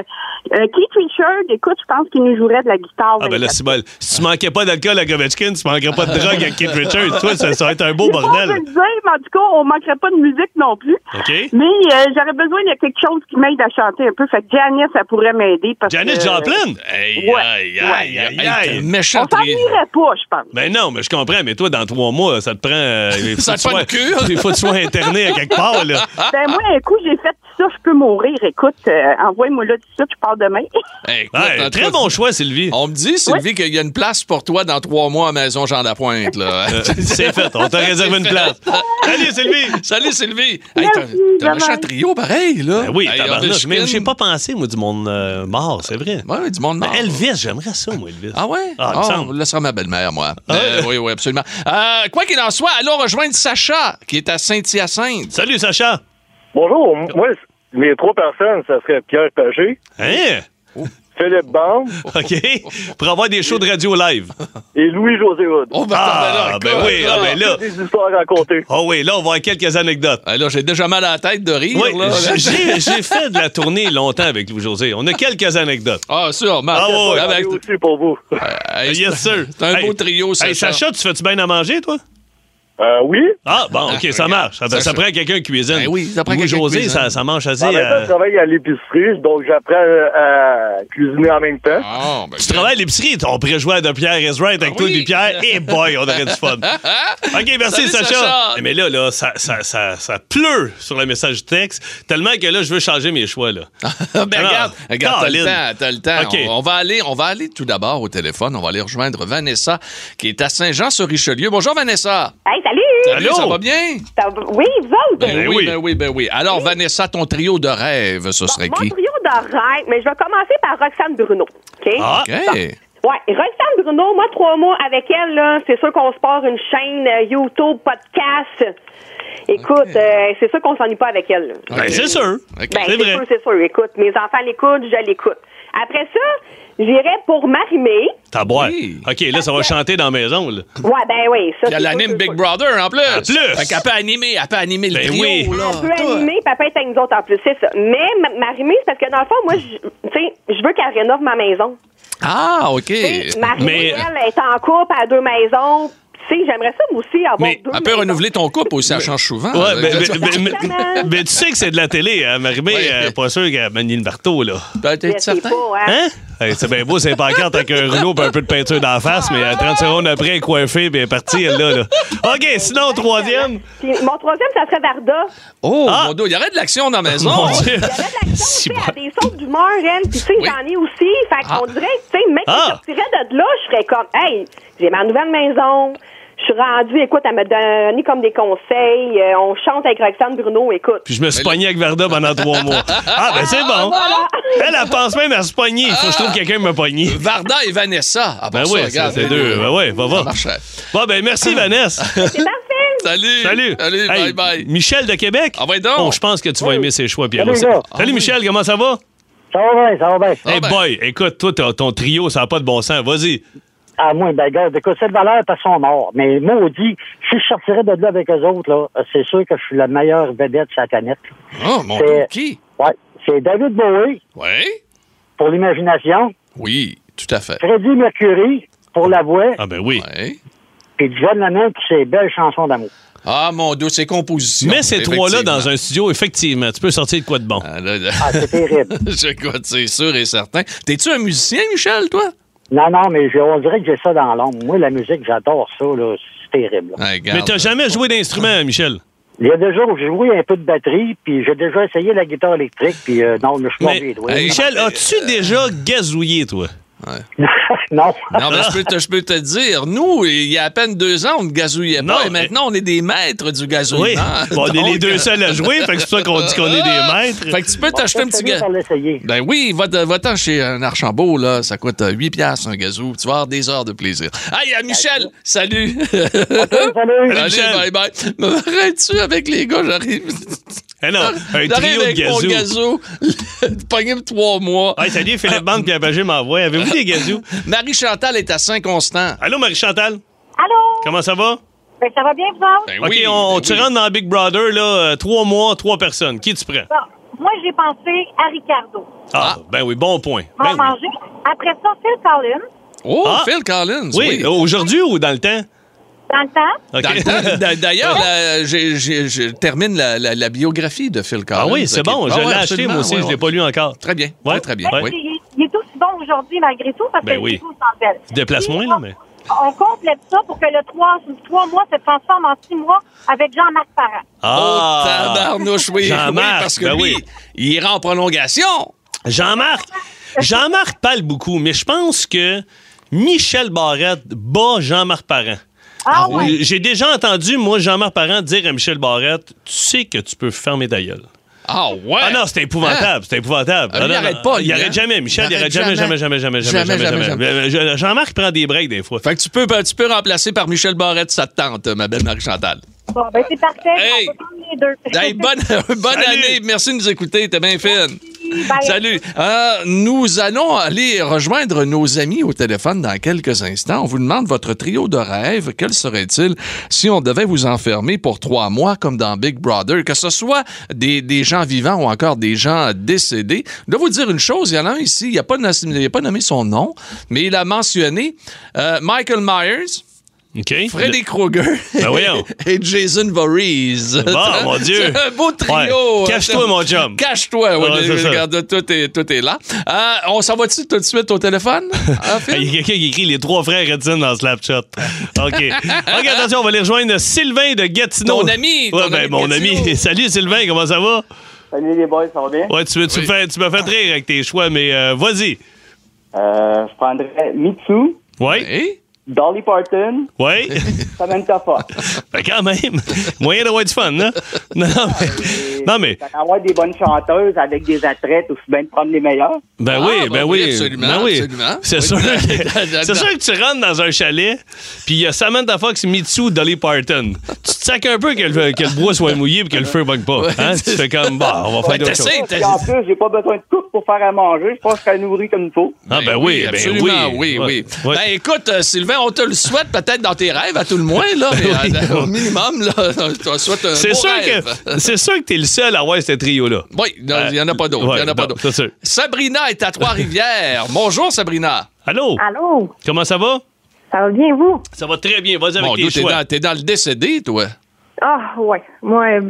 G: euh, Keith Richard, écoute, je pense qu'il nous jouerait de la guitare.
B: Ah, ben là,
G: 24.
B: c'est bon. Si tu manquais pas d'alcool à Govechkin, tu manquerais pas de drogue à Kid Richards. Toi, ça, ça va être un beau
G: Je sais pas, on peut
B: bordel.
G: le dire, mais en tout cas, on manquerait pas de musique non plus.
B: OK.
G: Mais euh, j'aurais besoin de quelque chose qui m'aide à chanter un peu. Fait que Janice, ça pourrait m'aider. parce
B: Janice
G: que-
B: Joplin?
C: Aïe,
G: Euh, Ouais,
C: aïe,
G: ouais.
C: aïe, aïe,
B: Aïe, aïe.
C: quel
G: On
C: méchant tri-
G: s'ennuierait pas, je pense.
B: Ben non, mais je comprends, mais toi, dans trois mois, ça te prend. euh, il faut
C: Ça
B: que
C: te prend
B: tu
C: une
B: sois-
C: cure.
B: Il faut que tu sois interné à quelque part, là.
G: Ben moi,
B: ah.
G: un coup, j'ai fait ça, je peux mourir. Écoute, euh, envoie-moi là tout de suite, je pars demain.
C: Hey, écoute,
B: Ouais,
C: en
B: très
C: tout cas,
B: bon choix, Sylvie.
C: On me dit, Sylvie, qu'il y a une place pour toi dans trois mois à Maison Jean Lapointe. Là.
B: Euh, c'est fait, on t'a réservé une
C: fait.
B: place. Salut, Sylvie!
C: Salut, Sylvie.
G: Merci,
C: t'as- t'as
G: bye-bye.
C: un méchant trio pareil, là.
B: Ben oui,
C: Hey,
B: tabarnak,
C: Ovechkin.
B: mais j'ai pas pensé, moi, du monde euh, mort, c'est vrai.
C: Ouais, ouais, du monde
B: Mais
C: mort.
B: Elvis, j'aimerais ça, moi, Elvis.
C: Ah ouais?
B: Ah, il me
C: Oh,
B: semble.
C: là, ce sera ma belle-mère, moi.
B: Ah
C: Euh,
B: ouais?
C: oui, oui, absolument. Euh, quoi qu'il en soit, allons rejoindre Sacha, qui est à Saint-Hyacinthe.
B: Salut, Sacha!
E: Bonjour. Moi, mes trois personnes, ça serait Pierre Pagé,
B: Hein?
E: Philippe Bond
C: Oh.
B: OK? Pour avoir des shows de radio live.
E: et Louis-José Hood.
C: Oh, Ah, ben,
B: Ah,
C: attends,
B: ben
C: écoute,
B: oui, ah, ben là.
E: Des histoires à raconter.
B: Oh oui, là, on va avoir quelques anecdotes.
C: Ah, là, j'ai déjà mal à la tête de rire.
B: Oui,
C: là.
B: j'ai j'ai fait de la tournée longtemps avec Louis-José. On a quelques anecdotes.
C: Ah, sûrement.
B: Ah, ouais.
C: Ah, ben,
E: Et aussi pour vous.
C: euh, hey,
B: Yes,
C: c'est-
B: sir.
C: C'est un
B: Hey.
C: beau trio, Sacha.
B: Hey, Sacha, tu fais-tu bien à manger, toi?
E: Euh, oui.
B: Ah, bon, OK, ça
C: regarde,
B: marche. Ça,
C: Sacha.
B: ça prend quelqu'un qui cuisine.
C: Ben oui, ça prend
B: Louis
C: quelqu'un qui
B: José,
C: cuisine.
B: ça, ça mange assez.
E: En même temps,
B: euh,
E: je travaille à l'épicerie, donc j'apprends à cuisiner en même temps.
C: Ah, ben,
B: Tu travailles à l'épicerie, on pourrait jouer à De Pierre is Right avec
C: Ah
B: toi
C: oui.
B: et Pierre. Et boy, on aurait du fun. OK, merci
C: Hein? Salut,
B: Sacha.
C: Sacha.
B: Eh, Mais là, là ça, ça, ça, ça pleut sur le message texte, tellement que là, je veux changer mes choix. Là.
C: Ben,
B: Alors,
C: regarde, regarde, t'as le
B: Colin.
C: temps, t'as le temps.
B: OK.
C: On, on va aller, on va aller tout d'abord au téléphone. On va aller rejoindre Vanessa, qui est à Saint-Jean-sur-Richelieu. Bonjour, Vanessa.
H: Hey, salut!
C: Salut,
B: Allô?
C: ça va bien?
H: Ça va- Oui, vous autres?
C: Ben,
B: Ben
C: oui,
B: oui.
C: ben oui, ben oui. Alors, Vanessa, ton trio de rêve, ce serait
H: Mon
C: qui?
H: trio d'oreilles, mais je vais commencer par Roxane Bruno. OK?
B: Ah,
C: OK.
H: Ouais, Roxane Bruno, moi, trois mois avec elle, là, c'est sûr qu'on se part une chaîne euh, YouTube, podcast. Écoute,
C: OK. Ah,
H: euh, c'est sûr qu'on s'ennuie pas avec elle. là.
B: ben, c'est sûr.
C: OK.
H: Ben,
B: c'est
H: c'est
B: vrai.
H: sûr, c'est sûr. Écoute, mes enfants l'écoutent, je l'écoute. Après ça, j'irai pour Marie-Mé.
B: T'as boire.
C: Oui.
B: OK, là, ça va chanter dans la maison. Là.
H: Ouais, ben oui. Ça,
C: Puis elle
H: c'est sûr,
C: anime
H: c'est
C: Big
H: sûr.
C: Brother, en plus. En
B: plus.
C: Fait qu'elle peut animer, elle peut animer le
B: Ben
C: trio,
B: oui.
C: là.
H: Elle peut animer, papa est avec nous autres en plus, c'est ça. Mais ma- Marie-Mé, c'est parce que dans le fond, moi, je- tu sais, je veux qu'elle rénove ma maison.
C: Ah, OK.
H: Tu sais, Marie,
B: Mais-
H: elle est en couple à deux maisons. Tu sais, j'aimerais ça, moi aussi, avoir
B: Mais
H: deux
C: Elle peut
H: maisons.
C: renouveler ton couple aussi, elle change souvent.
B: Ouais, mais,
C: Euh,
B: mais- mais-
H: Exactement.
B: mais tu sais que c'est de la télé, hein, Marie-Mé,
C: Oui.
B: euh, pas sûr qu'elle manie le marteau, là.
C: Ben,
H: Je
C: t'es
H: sais
C: certain?
H: pas, hein.
B: Hein? Hey, c'est bien beau, c'est pas carte avec un rouleau et un peu de peinture dans la face, mais à 30 secondes après, elle est coiffée, puis elle est partie, elle, là, là. OK, sinon, troisième.
H: Puis mon troisième, ça serait Varda.
C: Oh,
B: Ah.
C: mon dos, il y aurait de l'action dans la maison.
B: Mon Dieu.
H: Elle a de l'action,
B: Si
H: tu sais,
B: bon.
H: elle a des sons d'humeur, elle. Puis, tu sais,
C: Oui.
H: j'en ai aussi. Fait qu'on
C: Ah.
H: dirait, tu sais, même si
B: Ah.
H: je sortirais de là, je serais comme, hey, j'ai ma nouvelle maison. Je suis rendue, écoute, elle m'a donné comme des conseils. Euh, on chante avec Roxane Bruno, écoute.
B: Puis je me suis pogné avec Varda pendant trois mois. Ah, ben c'est bon. Elle, elle pense même à se pogner. Il faut que je trouve quelqu'un qui me pogne.
C: Varda et Vanessa. Ah,
B: Ben
C: bon,
B: oui,
C: ça,
B: ça,
C: regarde.
B: c'est deux. Ben oui, va
C: Ça
B: va.
C: marcherait.
B: Bon, ben merci, Vanessa.
H: C'est parfait.
C: Salut.
B: Salut.
C: Salut,
B: Hey,
C: bye-bye.
B: Michel de Québec.
C: Ah ouais, donc.
B: Bon, je pense que tu vas aimer ses choix, Pierre.
E: Salut,
B: aussi.
E: les gars.
B: Salut, Michel, comment ça va?
E: Ça va bien, ça va bien.
C: Ah
B: hey
C: ben.
B: boy, écoute, toi, t'as- ton trio, ça n'a pas de bon sens. Vas-y.
E: à moins, ben, gars, écoute, c'est de valeur parce qu'ils sont morts. Mais maudit, si je sortirais de là avec eux autres, là, c'est sûr que je suis la meilleure vedette sur la planète.
C: Oh, mon
E: C'est-
C: Dieu, qui?
E: Ouais. C'est David Bowie
C: Oui?
E: pour l'imagination,
C: Oui, tout à fait.
E: Freddie Mercury pour la voix,
B: Ah ben oui.
C: Ouais.
E: puis John Lennon pour ses belles chansons d'amour.
C: Ah, mon Dieu, c'est composition.
B: Mets ces trois-là dans un studio, effectivement. Tu peux sortir de quoi de bon?
E: Ah, c'est terrible.
C: J'écoute, c'est sûr et certain. T'es-tu un musicien, Michel, toi?
E: Non, non, mais j'ai- on dirait que j'ai ça dans l'ombre. Moi, la musique, j'adore ça, là. C'est terrible. là.
C: Ah,
B: Mais
C: regarde.
B: t'as jamais joué d'instrument, Michel.
E: Il y a déjà joué un peu de batterie, puis j'ai déjà essayé la guitare électrique, puis euh, non, je suis
B: Mais,
E: pas les doigts.
C: Hey,
B: Michel, as-tu
C: euh,
B: déjà gazouillé, toi?
E: non.
C: Non, mais je peux, te, je peux te dire, nous, il y a à peine deux ans, on ne gazouillait
B: Non,
C: pas.
B: mais-
C: Et maintenant, on est des maîtres du
B: Oui.
C: gazouillement.
B: Bon, on est les
C: Ah, Donc, euh, Ah,
B: deux seuls à jouer, fait que c'est pour ça qu'on dit qu'on est des maîtres.
C: Fait que tu peux t'acheter un petit gaz.
E: pour l'essayer.
C: Ben oui, va- va-t'en chez un Archambault, là. Ça coûte euh, 8 piastres, un gazou. Tu vas avoir des heures de plaisir. Hey, euh, Michel, salut!
E: Salut!
B: Salut, Michel.
C: Allez, bye bye. Me verrais-tu avec les gars? J'arrive.
B: Eh non, un
C: J'arrive
B: trio de
C: avec mon
B: gazou.
C: gazou. Pogné pour trois mois.
B: Hey, salut, Philippe Bande puis Abagé m'envoie. Avez-vous des gazous?
C: Marie Chantal est à Saint-Constant.
B: Allô, Marie-Chantal?
G: Allô?
B: Comment ça va?
G: Ben, ça va bien, vous autres?
C: Ben
B: OK,
C: oui,
B: on,
C: ben
B: tu
C: oui.
B: rentres dans Big Brother, là, euh, trois mois, trois personnes. Qui tu prends?
G: Bon, moi, j'ai pensé à Ricardo.
B: Ah, ben oui, bon point.
G: On va
B: Ben oui.
G: manger. Après ça, Phil Collins,
C: Oh,
B: Ah.
C: Phil Collins.
B: Oui,
C: Oui.
B: aujourd'hui ou dans le temps?
G: dans le temps.
B: OK. Ah.
C: Dans le temps, d'a- D'ailleurs, la- j'ai- j'ai- je termine la, la- la biographie de Phil Collins.
B: ah oui, c'est
C: OK.
B: bon,
C: Ah
B: je
C: ouais,
B: l'ai acheté,
C: absolument,
B: moi aussi,
C: ouais,
B: je l'ai
C: ouais.
B: pas lu encore.
C: Très bien,
B: Ouais.
C: très, très bien.
G: Ben,
C: oui.
G: il, il est aussi bon aujourd'hui malgré tout parce
B: Ben
G: que
B: oui.
G: c'est tout sans belle.
B: Déplace-moi,
G: Puis,
B: là,
G: on-
B: mais-
G: On complète ça pour que le 3, mois se transforme en 6 mois avec Jean-Marc Parent.
C: Oh, tabarnouche, oui.
B: Jean-Marc,
C: Oui, parce que
B: Ah! ben
C: lui,
B: oui.
C: il ira en prolongation.
B: Jean-Marc, Jean-Marc parle beaucoup, mais je pense que Michel Barrette bat Jean-Marc Parent.
G: Ah, ouais.
B: J'ai déjà entendu, moi, Jean-Marc Parent dire à Michel Barrette Tu sais que tu peux fermer ta gueule.
C: Ah ouais.
B: Ah non, c'était épouvantable, c'était épouvantable. Ah
C: Ah, lui,
B: non,
C: il
B: non,
C: arrête pas,
B: Il
C: lui,
B: arrête
C: hein?
B: jamais, Michel, il arrête jamais, jamais, jamais, jamais, jamais,
C: Jamais,
B: jamais.
C: jamais,
B: jamais. Euh, Jean-Marc prend des breaks des fois.
C: Fait que tu peux, tu peux remplacer par Michel Barrette sa tante, ma belle Marie-Chantal.
G: Bon, ben, c'est parfait.
C: Hey.
G: On peut prendre les deux.
C: Hey, bonne bonne
B: Salut.
C: année. Merci de nous écouter. T'es bien fine.
G: Bye.
C: Salut. Euh, nous allons aller rejoindre nos amis au téléphone dans quelques instants. On vous demande votre trio de rêve. Quel serait-il si on devait vous enfermer pour trois mois comme dans Big Brother, que ce soit des, des gens vivants ou encore des gens décédés? Je dois vous dire une chose, il y en a un ici, il n'a pas, na- il a pas nommé son nom, mais il a mentionné euh, Michael Myers.
B: OK?
C: Freddy Krueger
B: Ben voyons.
C: et Jason Voorhees.
B: Bon, mon Dieu.
C: C'est un beau trio. hein.
B: Ouais. Cache-toi, mon chum.
C: Cache-toi. ouais,
B: Ouais, c'est ça.
C: regarde, tout est, tout est là. Euh, on s'en va-tu tout de suite au téléphone? hein,
B: Il
C: Phil?
B: y a quelqu'un qui écrit les trois frères Edson dans Slapchat. OK. OK, attention, on va aller rejoindre Sylvain de Gatineau.
C: Ton ami, ton
B: Ouais, ben,
C: ami de
B: mon
C: Gatineau.
B: ami. Salut, Sylvain, comment ça va?
E: Salut les boys, ça va bien?
B: Ouais, tu, me- tu,
C: Oui.
B: me fais- tu m'as fait rire avec tes choix, mais euh, vas-y.
E: Euh, je prendrais Mitsu,
B: Ouais,
C: Eh?
E: Dolly Parton,
B: ouais.
E: Samantha Fox.
B: ben, quand même. Moyen d'avoir du fun, hein? Non, mais. Non, mais.
E: Avoir des bonnes chanteuses avec des attraits, aussi bien de prendre les meilleurs.
B: Ben
C: Ah,
B: oui,
C: ben
B: ben
C: oui,
B: oui.
C: absolument,
B: ben oui.
C: absolument.
B: C'est
C: Oui,
B: sûr,
C: dedans,
B: que-
C: dedans,
B: c'est sûr que tu rentres dans un chalet, puis il y a Samantha Fox, Mitsu, Dolly Parton. Tu te sacs un peu que le, que le bois soit mouillé puis que le feu bug pas. Hein? Tu fais comme, bah, on va faire
C: Ben,
B: d'autres choses.
C: t'essayes,
E: Puis
C: t'essayes.
E: en plus, j'ai pas besoin de coupe pour faire à manger. Je pense qu'elle nourrit comme il faut.
B: Ah, ben oui, ben
C: absolument, oui,
B: oui.
C: oui.
B: Ouais.
C: Ben écoute, euh, Sylvain, on te le souhaite peut-être dans tes rêves, à tout le moins, là, mais euh, au minimum, là, on te souhaite un
B: C'est
C: beau
B: sûr,
C: rêve.
B: que, c'est sûr que t'es le seul à avoir ce trio-là.
C: Oui, non, il n'y en a pas d'autres. il y en a
B: Ouais,
C: pas
B: non,
C: d'autres.
B: c'est sûr.
C: Sabrina est à Trois-Rivières. Bonjour, Sabrina.
B: Allô?
G: Allô?
B: Comment ça va?
G: Ça va bien, vous?
B: Ça va très bien. Vas-y avec
C: Mon
B: tes
C: Dieu, t'es
B: choix.
C: dans, t'es dans le décédé, toi.
G: Ah, ouais. Moi, euh,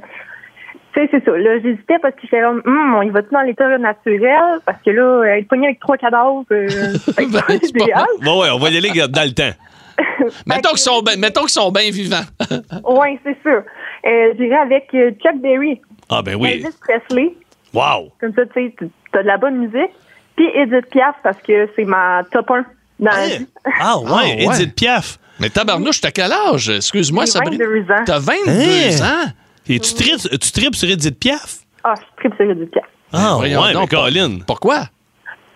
G: tu sais, c'est ça. Là, j'hésitais parce que j'étais là, hum, on y va-tu dans l'état naturel? Parce que là, euh, être pogné avec trois cadavres, euh, c'est
C: Ben,
G: pas
C: c'est pas
G: idéal.
B: Bon, ouais, on va y aller dans le temps.
G: Ben,
C: Mettons qu'ils sont bien mettons qu'ils sont bien vivants.
G: Ouais, c'est sûr. Euh, J'irais avec euh, Chuck Berry,
B: Ah, ben oui.
G: Elvis Presley.
B: Wow.
G: Comme ça, tu sais, tu- t'as de la bonne musique. Puis Edith Piaf, parce que c'est ma top 1 dans la vie.
B: Ah, ouais.
C: Ah, ouais.
B: Edith Piaf.
C: Mais tabarnouche, t'as quel âge? Excuse-moi,
G: J'ai
C: Sabrina.
G: 22 ans.
C: T'as 22
B: Hein?
C: ans?
B: Et tu tripes, tu tripes sur Edith Piaf?
G: Ah, je tripe sur Edith Piaf.
B: Ah, ouais,
C: Ben, Voyons
B: mais
C: donc, pour-
B: Colin.
C: Pourquoi?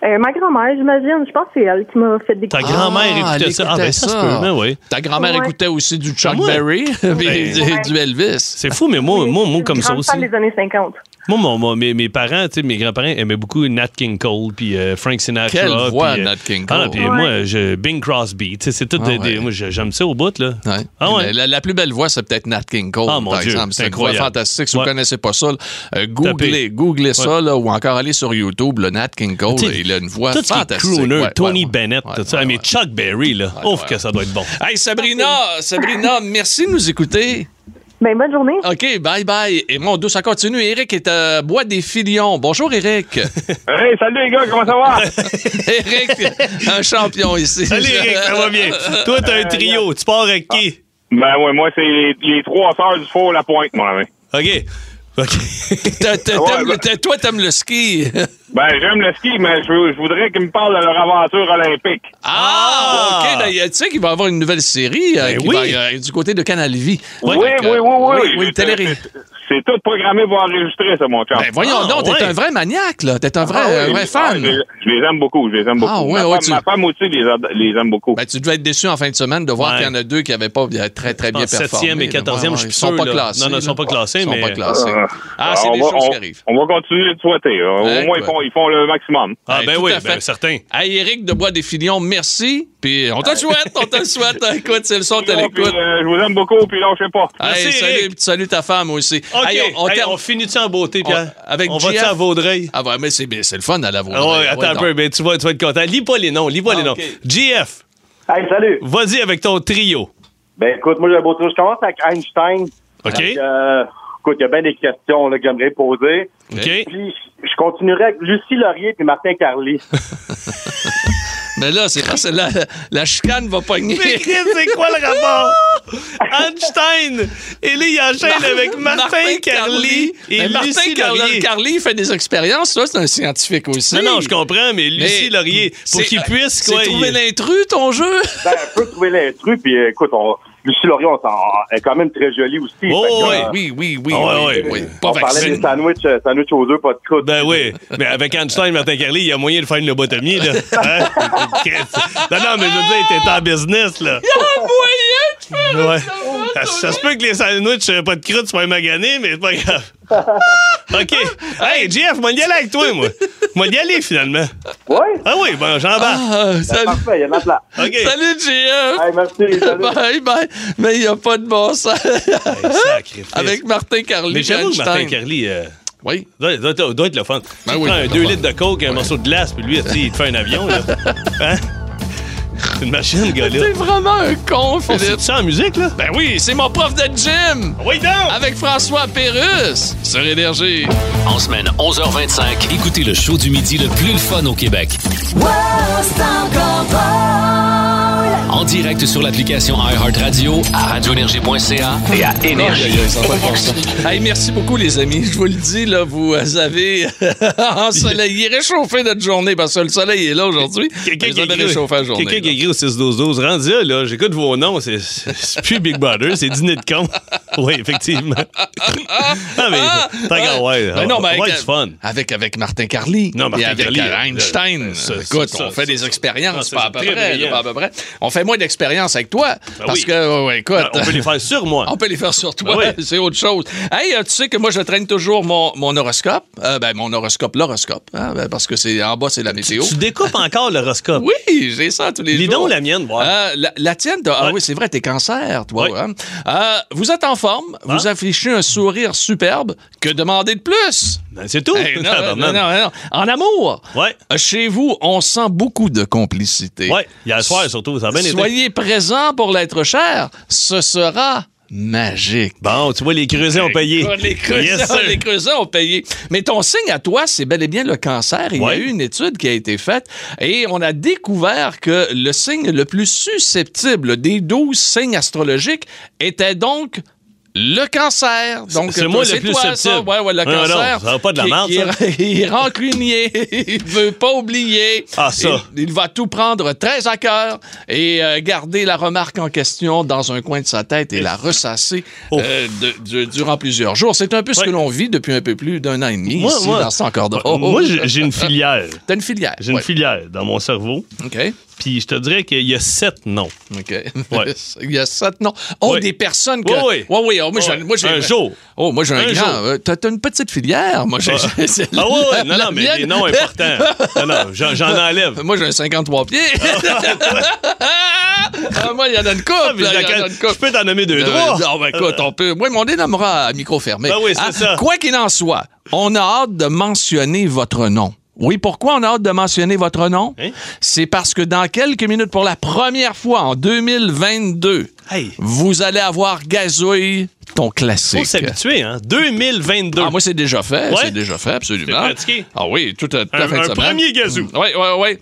G: Euh, ma grand-mère, j'imagine. Je pense que c'est elle qui m'a fait
B: Ta
G: découvrir.
B: grand-mère
C: Ah,
B: écoutait
C: elle
B: ça. Ah, ben ça, se
C: écoutait
B: peut, mais oui.
C: Ta grand-mère
G: Ouais.
C: écoutait aussi du Chuck
B: Moi?
C: Berry et
B: Ben-
C: du Elvis.
B: C'est fou, mais moi, moi, moi comme ça aussi.
G: Je suis une grande fan des années 50.
B: Moi, mon- mon- mes, mes parents, tu sais, mes grands-parents aimaient beaucoup Nat King Cole, puis euh, Frank Sinatra.
C: Quelle voix,
B: puis,
C: Nat King
B: Ah, non,
C: Cole.
B: puis moi, je, Bing Crosby. Tu sais, c'est tout
C: Ah
B: des- des-
C: ouais.
B: moi, je- j'aime ça au bout, là.
C: Ouais.
B: Ah ouais.
C: La, la plus belle voix, c'est peut-être Nat King Cole,
B: Ah, mon
C: par
B: Dieu,
C: exemple.
B: c'est
C: C'est une voix
B: incroyable.
C: fantastique. Si vous
B: Ouais.
C: connaissez pas ça, là, euh, googlez, googlez ça, là, ou encore allez sur YouTube, le Nat King Cole,
B: Tu sais,
C: il a une voix
B: tout ce qui est
C: fantastique.
B: crooner,
C: Ouais, ouais,
B: Tony
C: ouais.
B: Bennett,
C: Ouais,
B: tout ça. Ah,
C: ouais,
B: mais
C: ouais.
B: Chuck Berry, là. Ouf,
C: ouais,
B: que ça doit être bon.
C: Hey, Sabrina, Sabrina, merci de nous écouter.
G: Ben, bonne journée.
B: Ah,
C: OK, bye bye. Et mon dos, ça continue. Eric est à Bois des Filions. Bonjour, Eric.
I: Hey, salut les gars, comment ça va?
C: Eric, un champion ici.
B: Salut, Eric, ça va bien. Toi, t'as un trio. Tu pars avec qui?
I: ben ouais, moi, c'est les, les trois sœurs du four La Pointe, hein. mon ami.
C: Ah.
B: OK. OK.
C: T'a- t'a-
I: Ouais,
C: t'aimes
I: bah-
C: le- t'a- Toi, t'aimes le ski.
I: Ben, j'aime le ski, mais je, veux- je voudrais qu'ils me parlent de leur aventure olympique.
C: Ah, OK. d'ailleurs, Tu sais qu'il va y avoir une nouvelle série euh,
B: Ben
C: qui
B: oui.
C: va, euh, du côté de Canal Vie.
I: Oui,
C: Donc,
I: oui,
C: euh,
I: oui, oui.
C: Oui, oui, une
I: C'est-
C: télé-
I: c'est- C'est tout programmé pour enregistrer, ça, mon chum.
C: Ben voyons
B: Ah,
C: donc, t'es
B: ouais.
C: un vrai maniaque, là. T'es un vrai,
I: Ah,
C: un
I: oui,
C: vrai
I: je- ah,
C: fan.
I: je, je les aime beaucoup, je les aime beaucoup.
C: Ah, ouais,
I: ma,
C: ouais,
I: femme,
C: tu-
I: ma femme aussi les, ad- les aime beaucoup.
C: Ben, tu devais être déçu en fin de semaine de voir
B: Ouais.
C: qu'il y en a deux qui n'avaient pas bien- très, très bien
B: pense
C: performé.
B: septième et
C: là.
B: quatorzième, je suis
C: ils sont
B: sûr,
C: pas
B: là.
C: classés.
B: Non, non, ils sont
C: là.
B: pas classés,
C: Ils sont
B: mais-
C: pas classés.
I: Ah.
C: Ah, c'est
I: on
C: des
I: va-
C: choses
I: on-
C: qui arrivent.
I: On va continuer de souhaiter. hein.
C: Ouais,
I: Au moins,
C: ouais.
I: ils font, ils font le maximum.
B: Ah,
C: Hey,
B: ben
C: tout
B: oui,
C: à fait.
B: ben certain.
C: Hey, Eric de Bois des Filions, merci. Puis on te
B: Ah.
C: le souhaite, on te le souhaite. Écoute, c'est le son, t'as
I: Puis,
C: l'écoute.
I: euh, je vous aime beaucoup, puis lâchez pas.
C: Hey,
B: Merci,
C: salut,
B: Eric.
C: salut ta femme aussi.
B: OK.
C: Hey, on, on
B: Hey,
C: termine-
B: on finit ça en beauté, Pierre?
C: on- avec
B: on va-tu
C: GF?
B: à Vaudreuil?
C: Ah ouais, mais c'est mais c'est le fun à la
B: Ah ouais, attends un peu, mais tu vas, tu vas être content. Lis pas les noms, lis pas
C: Ah,
B: les noms.
C: OK.
B: GF,
E: Hey, salut!
B: vas-y avec ton trio.
E: Ben écoute, moi j'ai un beau tour. Je commence avec Einstein.
B: OK?
E: Euh, écoute, il y a bien des questions là, que j'aimerais poser.
B: OK?
E: Puis je continuerai avec Lucie Laurier et Martin Carly.
C: Mais là, c'est pas celle-là. La chicane va pogner.
B: Mais Chris, c'est quoi le rapport? Einstein! Et là, il enchaîne avec Martin, Carly et
C: Mais Ben, Martin
B: Lucie
C: Car-
B: Laurier.
C: Carly fait des expériences, ça, c'est un scientifique aussi.
B: Non, non, je comprends, mais Lucie
C: Mais
B: Laurier, pour
C: c'est-
B: qu'il puisse,
C: C'est
B: quoi.
C: trouver
B: il-
C: l'intrus, ton jeu?
E: ben, on peut trouver l'intrus, puis euh, écoute, on, Lucie Laurier, on s'en- elle est quand même très jolie aussi. Fait
B: Oh,
E: que,
B: ouais.
E: euh,
C: Oui, oui, oui.
B: Ah ouais,
C: oui,
B: ouais.
C: oui.
E: on
C: Pas
E: parlait
C: vacciné.
E: des sandwichs, euh, sandwichs aux œufs, pas de croûte.
B: Ben oui, mais avec Einstein, Martin Carly, il y a moyen de faire une lobotomie, là. Hein? Chris. non, non, mais je veux dire, t'es en business, là.
C: Ah,
B: Ouais. Ça, ça se peut que les sandwichs, euh, pas de croûte, soient maganés, mais c'est pas grave. OK. Hey, Jeff, moi, y aller avec toi, moi. Moi, y aller, finalement.
E: Ouais,
B: Ah oui, ben, j'embarque.
C: Ah, salut,
E: parfait, il y en a plein.
B: OK.
C: Ah, salut, JF.
E: Hey, merci, salut.
C: Bye, bye. Mais il n'y a pas de bon sens.
B: Sacrifice.
C: Avec Martin Carly.
B: Mais j'avoue que Martin
C: Einstein.
B: Carly euh,
C: Oui.
B: doit, doit- doit- doit être le fun.
C: Ben
B: tu
C: oui,
B: prends
C: c'est
B: un
C: le
B: 2
C: fun.
B: litres de coke, un morceau de glace, puis lui, tu sais, il te fait un avion, là. Hein? Une machine, gars-là.
C: T'es vraiment un con,
B: On fait
C: Philippe.
B: ça en musique, là?
C: Ben oui, c'est mon prof de gym.
B: Oui, donc!
C: Avec François Pérusse. Sur Énergie.
A: En semaine, 11h25, écoutez le show du midi le plus le fun au Québec. En direct sur l'application iHeartRadio, à radioénergie.ca et à Énergie.
C: Aïe, aïe, aïe, ça n'a pas de bon sens. Hey, merci beaucoup, les amis. Je vous le dis, là, vous avez ensoleillé, réchauffé notre journée parce que le soleil est là aujourd'hui.
B: Quelqu'un
C: Vous
B: qui, a
C: avez
B: écrit-
C: réchauffé la journée.
B: quelqu'un qui a
C: là.
B: écrit au 6-12-12. Rendu là, là, j'écoute vos noms. C'est, c'est plus Big Brother, c'est Dîner de con. oui, effectivement. ah, mais
C: Ah!
B: tant qu'à ouais,
C: Ben non, mais
B: on va
C: avec,
B: être fun.
C: Avec, avec Martin Carly.
B: Non, Martin
C: et avec
B: Carly,
C: euh,
B: euh,
C: Einstein.
B: euh, ça,
C: Écoute,
B: ça,
C: on
B: ça,
C: fait des
B: ça,
C: expériences,
B: ça,
C: pas
B: c'est
C: à peu
B: très
C: près.
B: brillant.
C: pas à peu près. On fait moins d'expériences avec toi.
B: Ben
C: parce
B: oui.
C: que, ouais, ouais, écoute.
B: Ah, On peut les faire sur moi.
C: On peut les faire sur toi,
B: Ben oui.
C: c'est autre chose. Hey, euh, tu sais que moi, je traîne toujours mon, mon horoscope. Euh, ben, mon horoscope, l'horoscope. hein, ben, parce que c'est en bas, c'est la météo.
B: Tu découpes encore l'horoscope.
C: Oui, j'ai ça tous les
B: Lis
C: jours.
B: donc la mienne, voir.
C: Euh, la, la tienne, t'as- ah
B: Ouais.
C: oui, c'est vrai, t'es cancer, toi.
B: Oui.
C: hein. Euh, vous êtes en forme, vous
B: Hein?
C: affichez un sourire superbe. Que demander de plus?
B: Ben, c'est tout.
C: Hey, non, non, non,
B: Tabarnak.
C: non, non. En amour,
B: Ouais.
C: euh, chez vous, on sent beaucoup de complicité.
B: Ouais, hier soir surtout, ça a bien été.
C: Soyez présent pour l'être cher, ce sera magique.
B: Bon, tu vois, les creusets ont payé.
C: Écoute, Ah, Les creusets,
B: Yes, sir.
C: les creusets ont payé. Mais ton signe à toi, c'est bel et bien le cancer. Il y a
B: Ouais.
C: eu une étude qui a été faite et on a découvert que le signe le plus susceptible des 12 signes astrologiques était donc le cancer. Donc,
B: C'est
C: toi,
B: moi le plus
C: toi, ça.
B: susceptible. Ah,
C: Ouais, ouais, le
B: Non, non,
C: cancer.
B: ça va pas de la
C: qui-
B: merde,
C: qui
B: ça.
C: est- Il est rancunier. il veut pas oublier.
B: Ah, ça.
C: Il, il va tout prendre très à cœur et euh, garder la remarque en question dans un coin de sa tête et la ressasser
B: Oh.
C: euh, de- du- durant plusieurs jours. C'est un peu ce
B: Ouais.
C: que l'on vit depuis un peu plus d'un an et demi
B: Moi,
C: ici
B: moi-
C: dans C'est encore drôle.
B: Moi, j'ai j'ai une filière.
C: T'as une filière.
B: J'ai une
C: ouais.
B: filière dans mon cerveau
C: OK.
B: Puis je te dirais qu'il y a sept noms.
C: OK.
B: Ouais.
C: Il y a sept noms. Oh,
B: Oui.
C: des personnes que.
B: Oui, oui.
C: Ouais, oui, oh, moi, j'ai-
B: Ouais.
C: moi, j'ai-
B: Un jour.
C: Oh, moi, j'ai un,
B: Un
C: grand.
B: jour.
C: Euh, T'as t'as une petite filière, moi. j'ai- c'est
B: Ah ouais, ouais,
C: la-
B: non,
C: la
B: non, mais
C: mienne.
B: des noms importants. Non, non, j'en j'en enlève.
C: Moi, j'ai un 53 pieds. Ah, moi, il y en a une coupe.
B: Ah, mais laquelle- je peux t'en nommer deux, trois.
C: Non, ben écoute, on peut. Oui, mais on est nommera à micro fermé. Ah,
B: Ben oui, c'est ça.
C: Quoi qu'il en soit, on a hâte de mentionner votre nom. Oui, pourquoi on a hâte de mentionner votre nom?
B: Hein?
C: C'est parce que dans quelques minutes, pour la première fois en 2022,
B: Hey.
C: vous allez avoir gazouille ton classique.
B: Faut s'habituer, hein? 2022.
C: Ah, moi, c'est déjà fait.
B: Ouais?
C: C'est déjà fait, absolument.
B: C'est pratiqué.
C: Ah oui, tout à tout à la
B: Un-
C: fin de
B: un
C: semaine.
B: premier gazou.
C: Oui, oui, oui.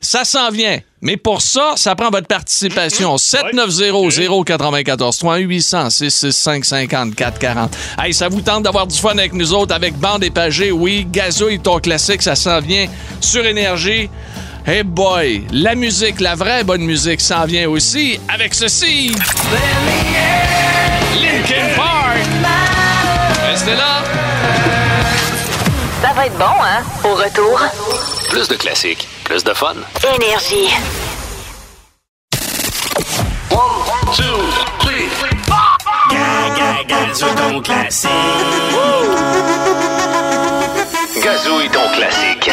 C: Ça s'en vient. Mais pour ça, ça prend votre participation. 790-094, 1-800-665-5440. Hey, ça vous tente d'avoir du fun avec nous autres, avec Bande Épagée, oui. Gazouille, ton classique, ça s'en vient. Sur Énergie. Hey boy, la musique, la vraie bonne musique s'en vient aussi avec ceci. Linkin Park. Restez là.
F: Ça va être bon, hein? Au retour,
A: Plus de classiques, plus de fun.
F: énergie.
A: Gazouille ton classique.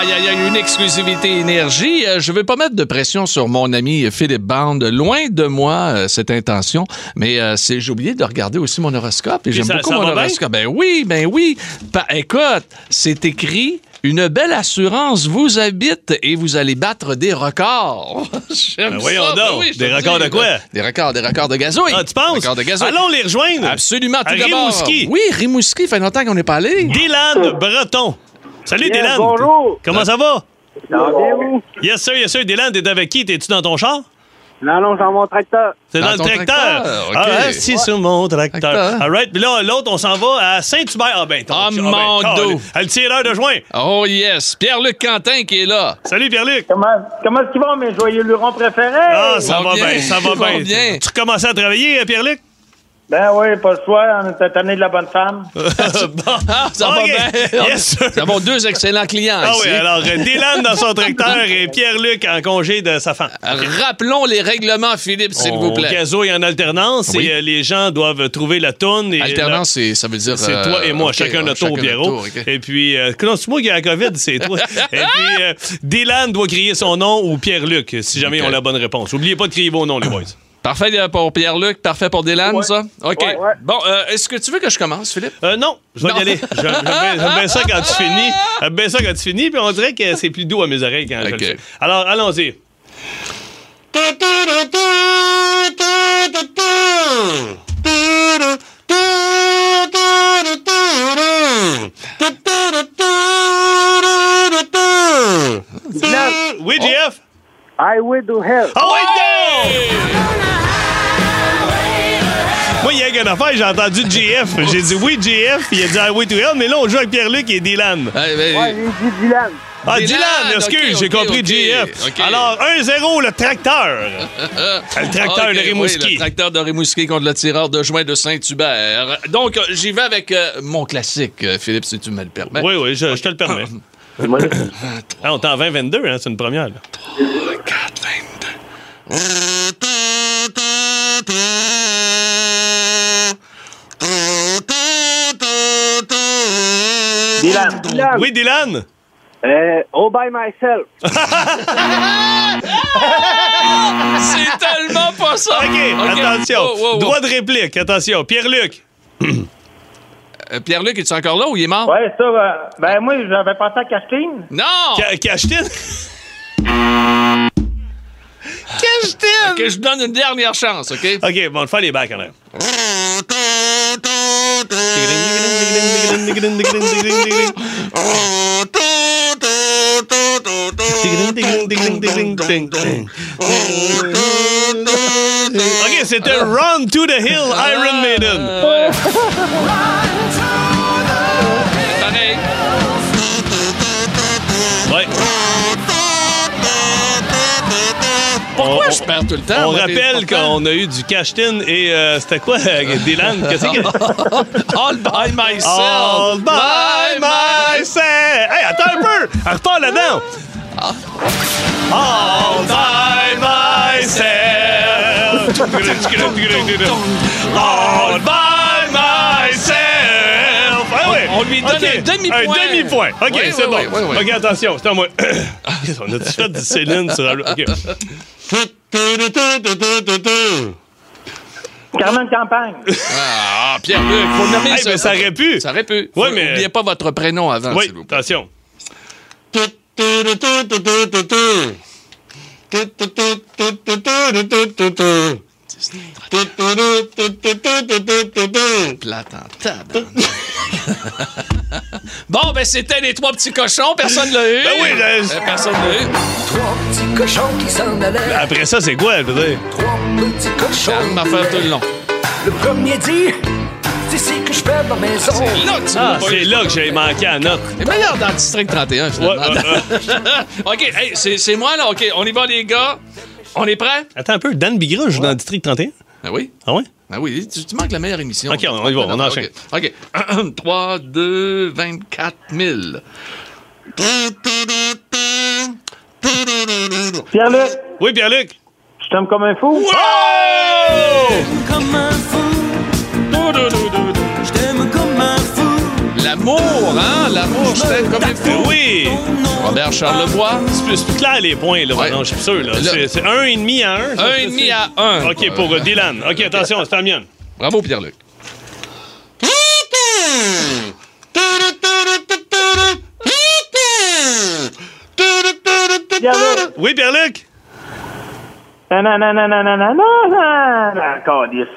C: Aïe, aïe, aïe, une exclusivité énergie. Euh, je vais pas mettre de pression sur mon ami Philippe Bande. Loin de moi, euh, cette intention. Mais euh, c'est, j'ai oublié de regarder aussi mon horoscope. Et, j'aime
B: ça-
C: beaucoup
B: ça
C: mon
B: va bien?
C: horoscope. Ben oui, ben oui. Pa- écoute, c'est écrit. Une belle assurance vous habite et vous allez battre des records. J'aime
B: Ben voyons
C: ça. Ben
B: donc.
C: oui, je
B: Des
C: te
B: records
C: dis,
B: de quoi?
C: ben, Des records, des records de gazouille.
B: Ah, tu penses?
C: Records de gazouille.
B: Allons les rejoindre.
C: Absolument, tout
B: À
C: d'abord.
B: Rimouski.
C: Oui, Rimouski, fait longtemps qu'on n'est pas allé.
B: Dylan Breton. Salut,
E: Yes,
B: Dylan.
E: bonjour.
B: Comment ça va?
E: Ça va bien, vous?
B: Yes, sir, yes, sir. Dylan, t'es avec qui? T'es-tu dans ton char?
E: Non, non, j'en mon tracteur.
B: C'est dans,
C: Dans ton
B: le tracteur.
C: tracteur, ok.
B: Ah, assis sur mon
C: Tracteur.
B: tracteur. All right. Puis là, l'autre, on s'en va à Saint-Hubert. Ah, ben, ton
C: Ah,
B: ben,
C: mon
B: calé.
C: dos.
B: Ah, Le tireur de joint.
C: Oh yes, Pierre-Luc Quentin qui est là.
B: Salut, Pierre-Luc.
E: Comment, comment est-ce qu'ils vont, mes joyeux lurons préférés?
B: Ah, ça
C: Ils
B: va
C: vont bien,
B: bien, ça va
C: ils vont
B: bien.
C: bien.
B: Tu commences à travailler, euh, Pierre-Luc?
E: Ben oui, pas le choix, on est tanné de la bonne femme.
B: Bon.
C: Ah, ça
B: Ok.
C: va bien.
B: Yes, sir.
C: Nous avons deux excellents clients
B: Ah
C: ici.
B: oui, alors euh, Dylan dans son tracteur et Pierre-Luc en congé de sa femme.
C: Rappelons les règlements, Philippe, s'il vous
B: On
C: plaît.
B: gazouille en alternance
C: Oui.
B: et euh, les gens doivent trouver la toune. Et
C: Alternance, c'est- ça veut dire...
B: la- C'est
C: euh,
B: toi et moi,
C: ok,
B: chacun notre tour,
C: chacun
B: Pierrot.
C: tour, ok.
B: Et puis, euh, non, c'est moi qui ai la COVID, c'est toi. et puis, euh, Dylan doit crier son nom ou Pierre-Luc, si jamais on
C: Ok.
B: a la bonne réponse. Oubliez pas de crier vos noms, les boys.
C: Parfait euh, pour Pierre-Luc, parfait pour Dylan, ça? OK.
E: Ouais, ouais.
C: Bon, euh, est-ce que tu veux que je commence, Philippe?
B: Euh, non, je vais
C: Non.
B: y aller. Je- J'aime bien- j'aime bien ça quand tu finis. J'aime bien ça quand tu finis, puis on dirait que c'est plus doux à mes oreilles quand je
C: Ok.
B: le fais. Alors, allons-y. Oui, GF?
E: I will do hell.
B: Ah ouais, non! Moi, il y a une affaire, j'ai entendu GF. J'ai dit oui, GF. Il a dit Highway to Hell, mais là, on joue avec Pierre-Luc et Dylan.
C: Eh, ben,
E: Ouais, j'ai dit Dylan.
B: Ah,
C: Dylan,
B: Dylan, excuse,
C: ok,
B: j'ai
C: ok,
B: compris
C: ok,
B: GF.
C: ok.
B: Alors, 1-0, le tracteur. Ah, le tracteur
C: euh, Ah, ok,
B: de Rimouski.
C: oui, le tracteur de Rimouski contre le tireur de joint de Saint-Hubert. Donc, euh, j'y vais avec euh, mon classique, euh, Philippe, si tu me le permets.
B: Oui, oui, je, je te le permets. Ah, on est en 2022, hein, c'est une première. là.
E: Dylan. Dylan.
B: Oui, Dylan?
E: Euh, all by myself.
C: C'est tellement pas ça!
B: OK,
C: Ah, Ok.
B: attention.
C: Wow, wow, wow.
B: Droit de réplique, attention. Pierre-Luc.
C: Euh, Pierre-Luc, es-tu encore là ou il est mort?
E: Ouais, ça, ben, ben moi, j'avais pensé à Kathleen.
C: Non!
B: Ca- Cachetin?
C: Ok, je vous donne une dernière chance, OK?
B: OK, bon, on va faire les bacs en l'air. OK, c'était Run to the Hill, Iron Maiden.
C: Pareil.
B: Ouais.
C: Pourquoi
B: On-
C: je perds tout le temps?
B: On
C: moi, des-
B: rappelle qu'on a eu du Cashtin et euh, c'était quoi, euh, Dylan? Qu'est-ce que.
C: All by myself!
B: All by myself! Hey, attends un peu! Elle repart là-dedans! All by myself! All by myself! Ah ouais.
C: On- on lui donne un demi-point.
B: Un demi-point! OK,
C: Oui,
B: c'est
C: oui,
B: bon.
C: oui, oui, oui.
B: OK, attention, c'est à moi. Qu'est-ce qu'on a fait du Céline sur la... OK.
D: Carmen Campagne.
C: Ah, Pierre-Luc, faut nommer
B: Hey, mais ça aurait pu.
C: Ça aurait pu.
B: Ouais,
C: Faut-
B: mais-
C: Oubliez pas votre prénom avant,
B: Oui,
C: s'il vous plaît.
B: attention.
C: Plate en tabarnak. Bon, ben c'était les trois petits cochons. Personne l'a eu.
B: Ben oui, là,
C: Euh, Personne l'a eu.
B: Après ça, c'est quoi, je veux dire?
C: Charles m'a fait tout le long. Le premier dit, c'est ici que je fais ma
B: Ah,
C: maison.
B: c'est là que j'ai manqué à note.
C: C'est meilleur dans le district 31, finalement.
B: Ouais, ouais,
C: OK, hey, c'est c'est moi, là. OK, on y va, les gars. On est prêts?
B: Attends un peu, Dan Bigra joue dans le District 31?
C: Ben oui.
B: Ah ouais?
C: Ben oui, tu, tu manques la meilleure émission.
B: OK, on y va, on enchaîne.
C: OK. OK. 3, 2, 24 000.
D: Pierre-Luc,
B: Oui, Pierre-Luc!
D: je t'aime comme un fou.
C: L'amour, hein? L'amour, je t'aime comme
B: Ben
C: les fous.
B: Oui! Ah,
C: Robert Charlevoix.
B: C'est plus, c'est plus clair les points, là,
C: Ouais.
B: maintenant, je suis sûr. là.
C: Là-
B: C'est c'est un et demi à un. ça,
C: Un
B: c'est-
C: et demi
B: c'est-
C: à un.
B: OK, pour euh, Dylan. OK, attention, c'est la mienne.
C: Bravo, Pierre-Luc.
D: Pierre-Luc.
B: Oui, Pierre-Luc!
D: Nananananananana. Câlisse.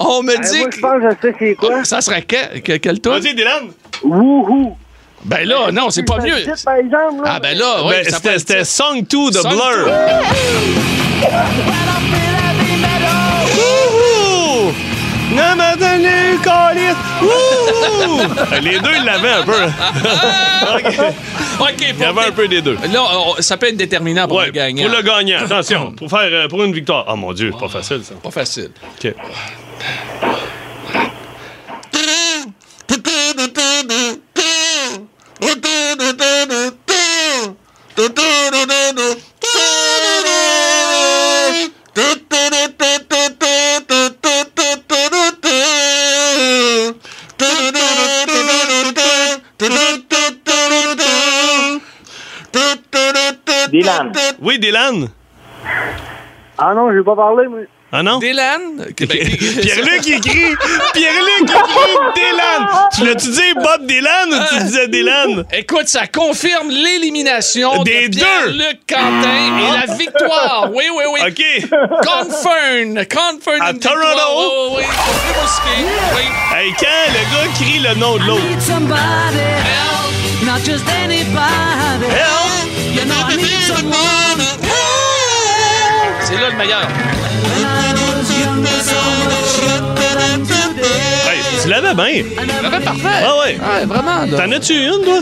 C: On me
D: Euh, Moi,
C: dit
D: je pense que je sais c'est quoi.
C: que ça serait que, que- quel tour?
B: Vas-y, Dylan!
D: Wouhou.
C: Ben là, non, c'est pas mieux.
D: Titre, par exemple, là.
C: Ah ben là, oui,
B: Ben,
C: ça
B: C'était
C: peut-
B: c'était Song 2 de
C: Song
B: Blur. Wouhou! Non, mais tenez, câlisse. Wouhou! Les deux, ils l'avaient un peu. OK.
C: OK,
B: Il y
C: pour
B: avait un peu des deux.
C: Là, on- ça peut être déterminant pour
B: Ouais,
C: le gagnant.
B: Pour le gagnant, attention. Pour, faire, euh, pour une victoire. Oh mon Dieu, pas facile ça.
C: Pas facile.
B: OK.
D: Dylan.
B: Oui, Dylan.
D: Ah non, je vais pas parler, moi.
B: Ah non?
C: Dylan? Ben,
B: Pierre-Luc il écrit Pierre-Luc il écrit Dylan. Tu l'as-tu dit Bob Dylan ou tu disais Dylan?
C: Écoute, ça confirme l'élimination
B: Des
C: de
B: deux. Ah.
C: Pierre-Luc Quentin et la victoire. Oui, oui, oui.
B: OK.
C: Confirm. Confirm.
B: À
C: une victoire.
B: Toronto.
C: Oui, oui, oui. Confirm au ski. Oui.
B: Hey, quand le gars crie le nom de l'autre. Help!
C: C'est là le meilleur.
B: Hey, tu l'avais bien.
C: Ah ben, parfait.
B: Ah ouais.
C: Ouais, vraiment, là.
B: T'en as-tu une, toi?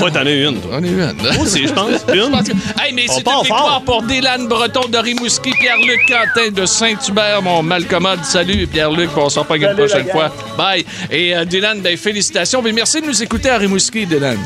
B: Ouais, t'en as une, toi.
C: On est une.
B: Moi aussi, je pense.
C: Je pense
B: Une.
C: que- Hey, mais
B: On
C: c'est
B: part
C: une victoire
B: fort.
C: pour Dylan Breton de Rimouski, Pierre-Luc Quentin de Saint-Hubert, mon malcommode. Salut, Pierre-Luc, on s'en reprend une prochaine fois. Bye. Et euh, Dylan, ben, félicitations. Ben, merci de nous écouter à Rimouski, Dylan.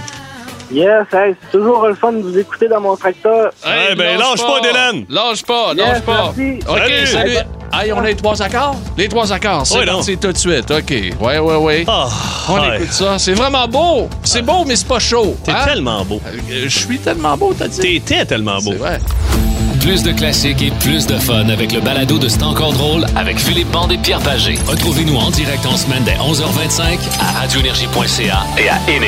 D: Yes, hey, c'est toujours le fun de vous écouter dans mon tracteur.
B: Ouais, ben, lâche pas, Dylan.
C: Lâche pas,
D: Yes,
C: lâche pas.
D: merci.
C: OK,
B: Salut.
C: salut. Hey, on a les trois accords? Les trois accords, c'est
B: Ouais, non.
C: parti tout de suite. OK, ouais, ouais, ouais.
B: Ah,
C: On
B: ouais.
C: écoute ça. C'est vraiment beau. C'est beau, mais c'est pas chaud.
B: T'es
C: hein?
B: tellement beau.
C: Euh, Je suis tellement beau, t'as dit.
B: T'étais tellement beau.
C: C'est vrai.
A: Plus de classiques et plus de fun avec le balado de C'est encore drôle avec Philippe Bande et Pierre Pagé. Retrouvez-nous en direct en semaine dès 11h25 à radioénergie.ca et à Énergie.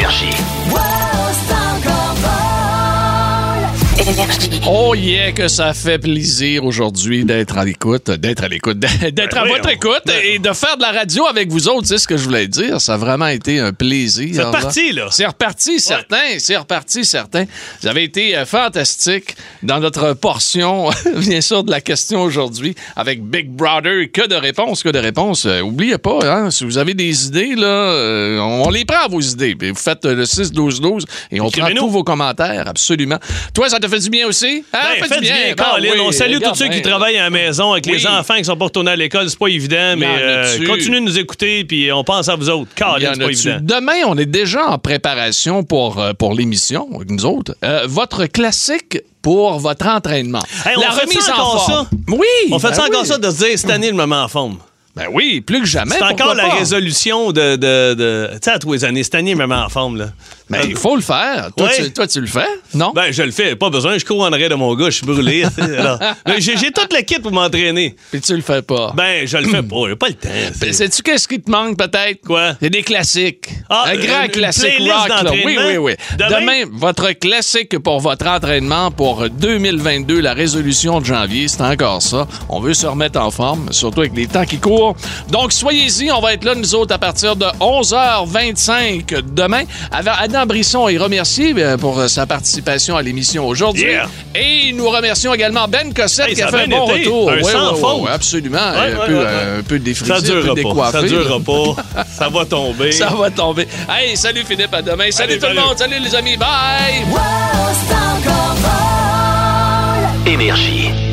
F: Énergie.
C: Oh yeah, que ça fait plaisir aujourd'hui d'être à l'écoute, d'être à l'écoute, d'être
B: Ben
C: à
B: oui,
C: votre
B: on-
C: écoute et de faire de la radio avec vous autres. C'est ce que je voulais dire. Ça a vraiment été un plaisir.
B: C'est
C: là.
B: parti, là.
C: C'est reparti, certain. C'est reparti, certain. Vous avez été euh, fantastique dans notre portion, bien sûr, de la question aujourd'hui avec Big Brother. Que de réponses, que de réponses. Euh, oubliez pas, hein, si vous avez des idées, là, euh, on on les prend, vos idées. Puis vous faites euh, le 6-12-12 et on prend
B: Écrivez-nous.
C: tous vos commentaires, absolument. Toi, ça te fait du bien aussi? Hein,
B: Ben, faites bien, Colin. on salue tous ceux qui travaillent à la maison avec les
C: Oui.
B: enfants qui sont pas retournés à l'école. C'est pas évident, mais
C: en
B: euh,
C: a-tu?
B: continuez de nous écouter, puis on pense à vous autres. Colin, Ah, c'est pas évident.
C: Demain, on est déjà en préparation pour, euh, pour l'émission, avec nous autres. Euh, votre classique pour votre entraînement.
B: Hey, on
C: La
B: fait ça
C: remise en
B: encore
C: forme.
B: ça?
C: Oui!
B: On fait
C: ben
B: ça encore
C: oui.
B: ça de se dire cette année, le moment en forme.
C: Ben oui, plus que jamais.
B: C'est
C: pourquoi
B: encore la
C: pas?
B: résolution de. de, de- tu sais, à tous les années, cette année, le moment en forme, là.
C: Mais Ben, il faut le faire. Toi,
B: Ouais.
C: tu, toi, tu le fais? Non?
B: Ben, je le fais, pas besoin, je cours en arrière de mon gars, je suis brûlé. Alors, ben, j'ai j'ai toute l'équipe pour m'entraîner.
C: Puis tu le fais pas.
B: Ben, je le fais pas, j'ai pas le temps.
C: Ben, Sais-tu qu'est-ce qui te manque peut-être?
B: Quoi?
C: Il y a des classiques.
B: Ah,
C: un grand
B: une
C: classique
B: playlist
C: rock. là. Oui,
B: d'entraînement.
C: oui, oui.
B: Demain?
C: Demain, votre classique pour votre entraînement pour 2022, la résolution de janvier, c'est encore ça. On veut se remettre en forme, surtout avec les temps qui courent. Donc, soyez-y, on va être là, nous autres, à partir de 11h25 demain. Avec Adam Brisson est remercié euh, pour euh, sa participation à l'émission aujourd'hui.
B: Yeah.
C: Et nous remercions également Ben Cossette
B: Hey,
C: qui a
B: ça a
C: fait un
B: bien
C: bon
B: été.
C: retour.
B: Un sans faute.
C: absolument.
B: Ouais,
C: un,
B: ouais,
C: peu,
B: ouais,
C: euh,
B: ouais.
C: un peu défrisé,
B: ça
C: un peu
B: durera pas,
C: décoiffé.
B: ça durera pas, ça va tomber.
C: Ça va tomber. Hey, salut Philippe, à demain. Salut
B: Allez,
C: tout le
B: salut.
C: monde, salut les amis, bye!
A: Énergie.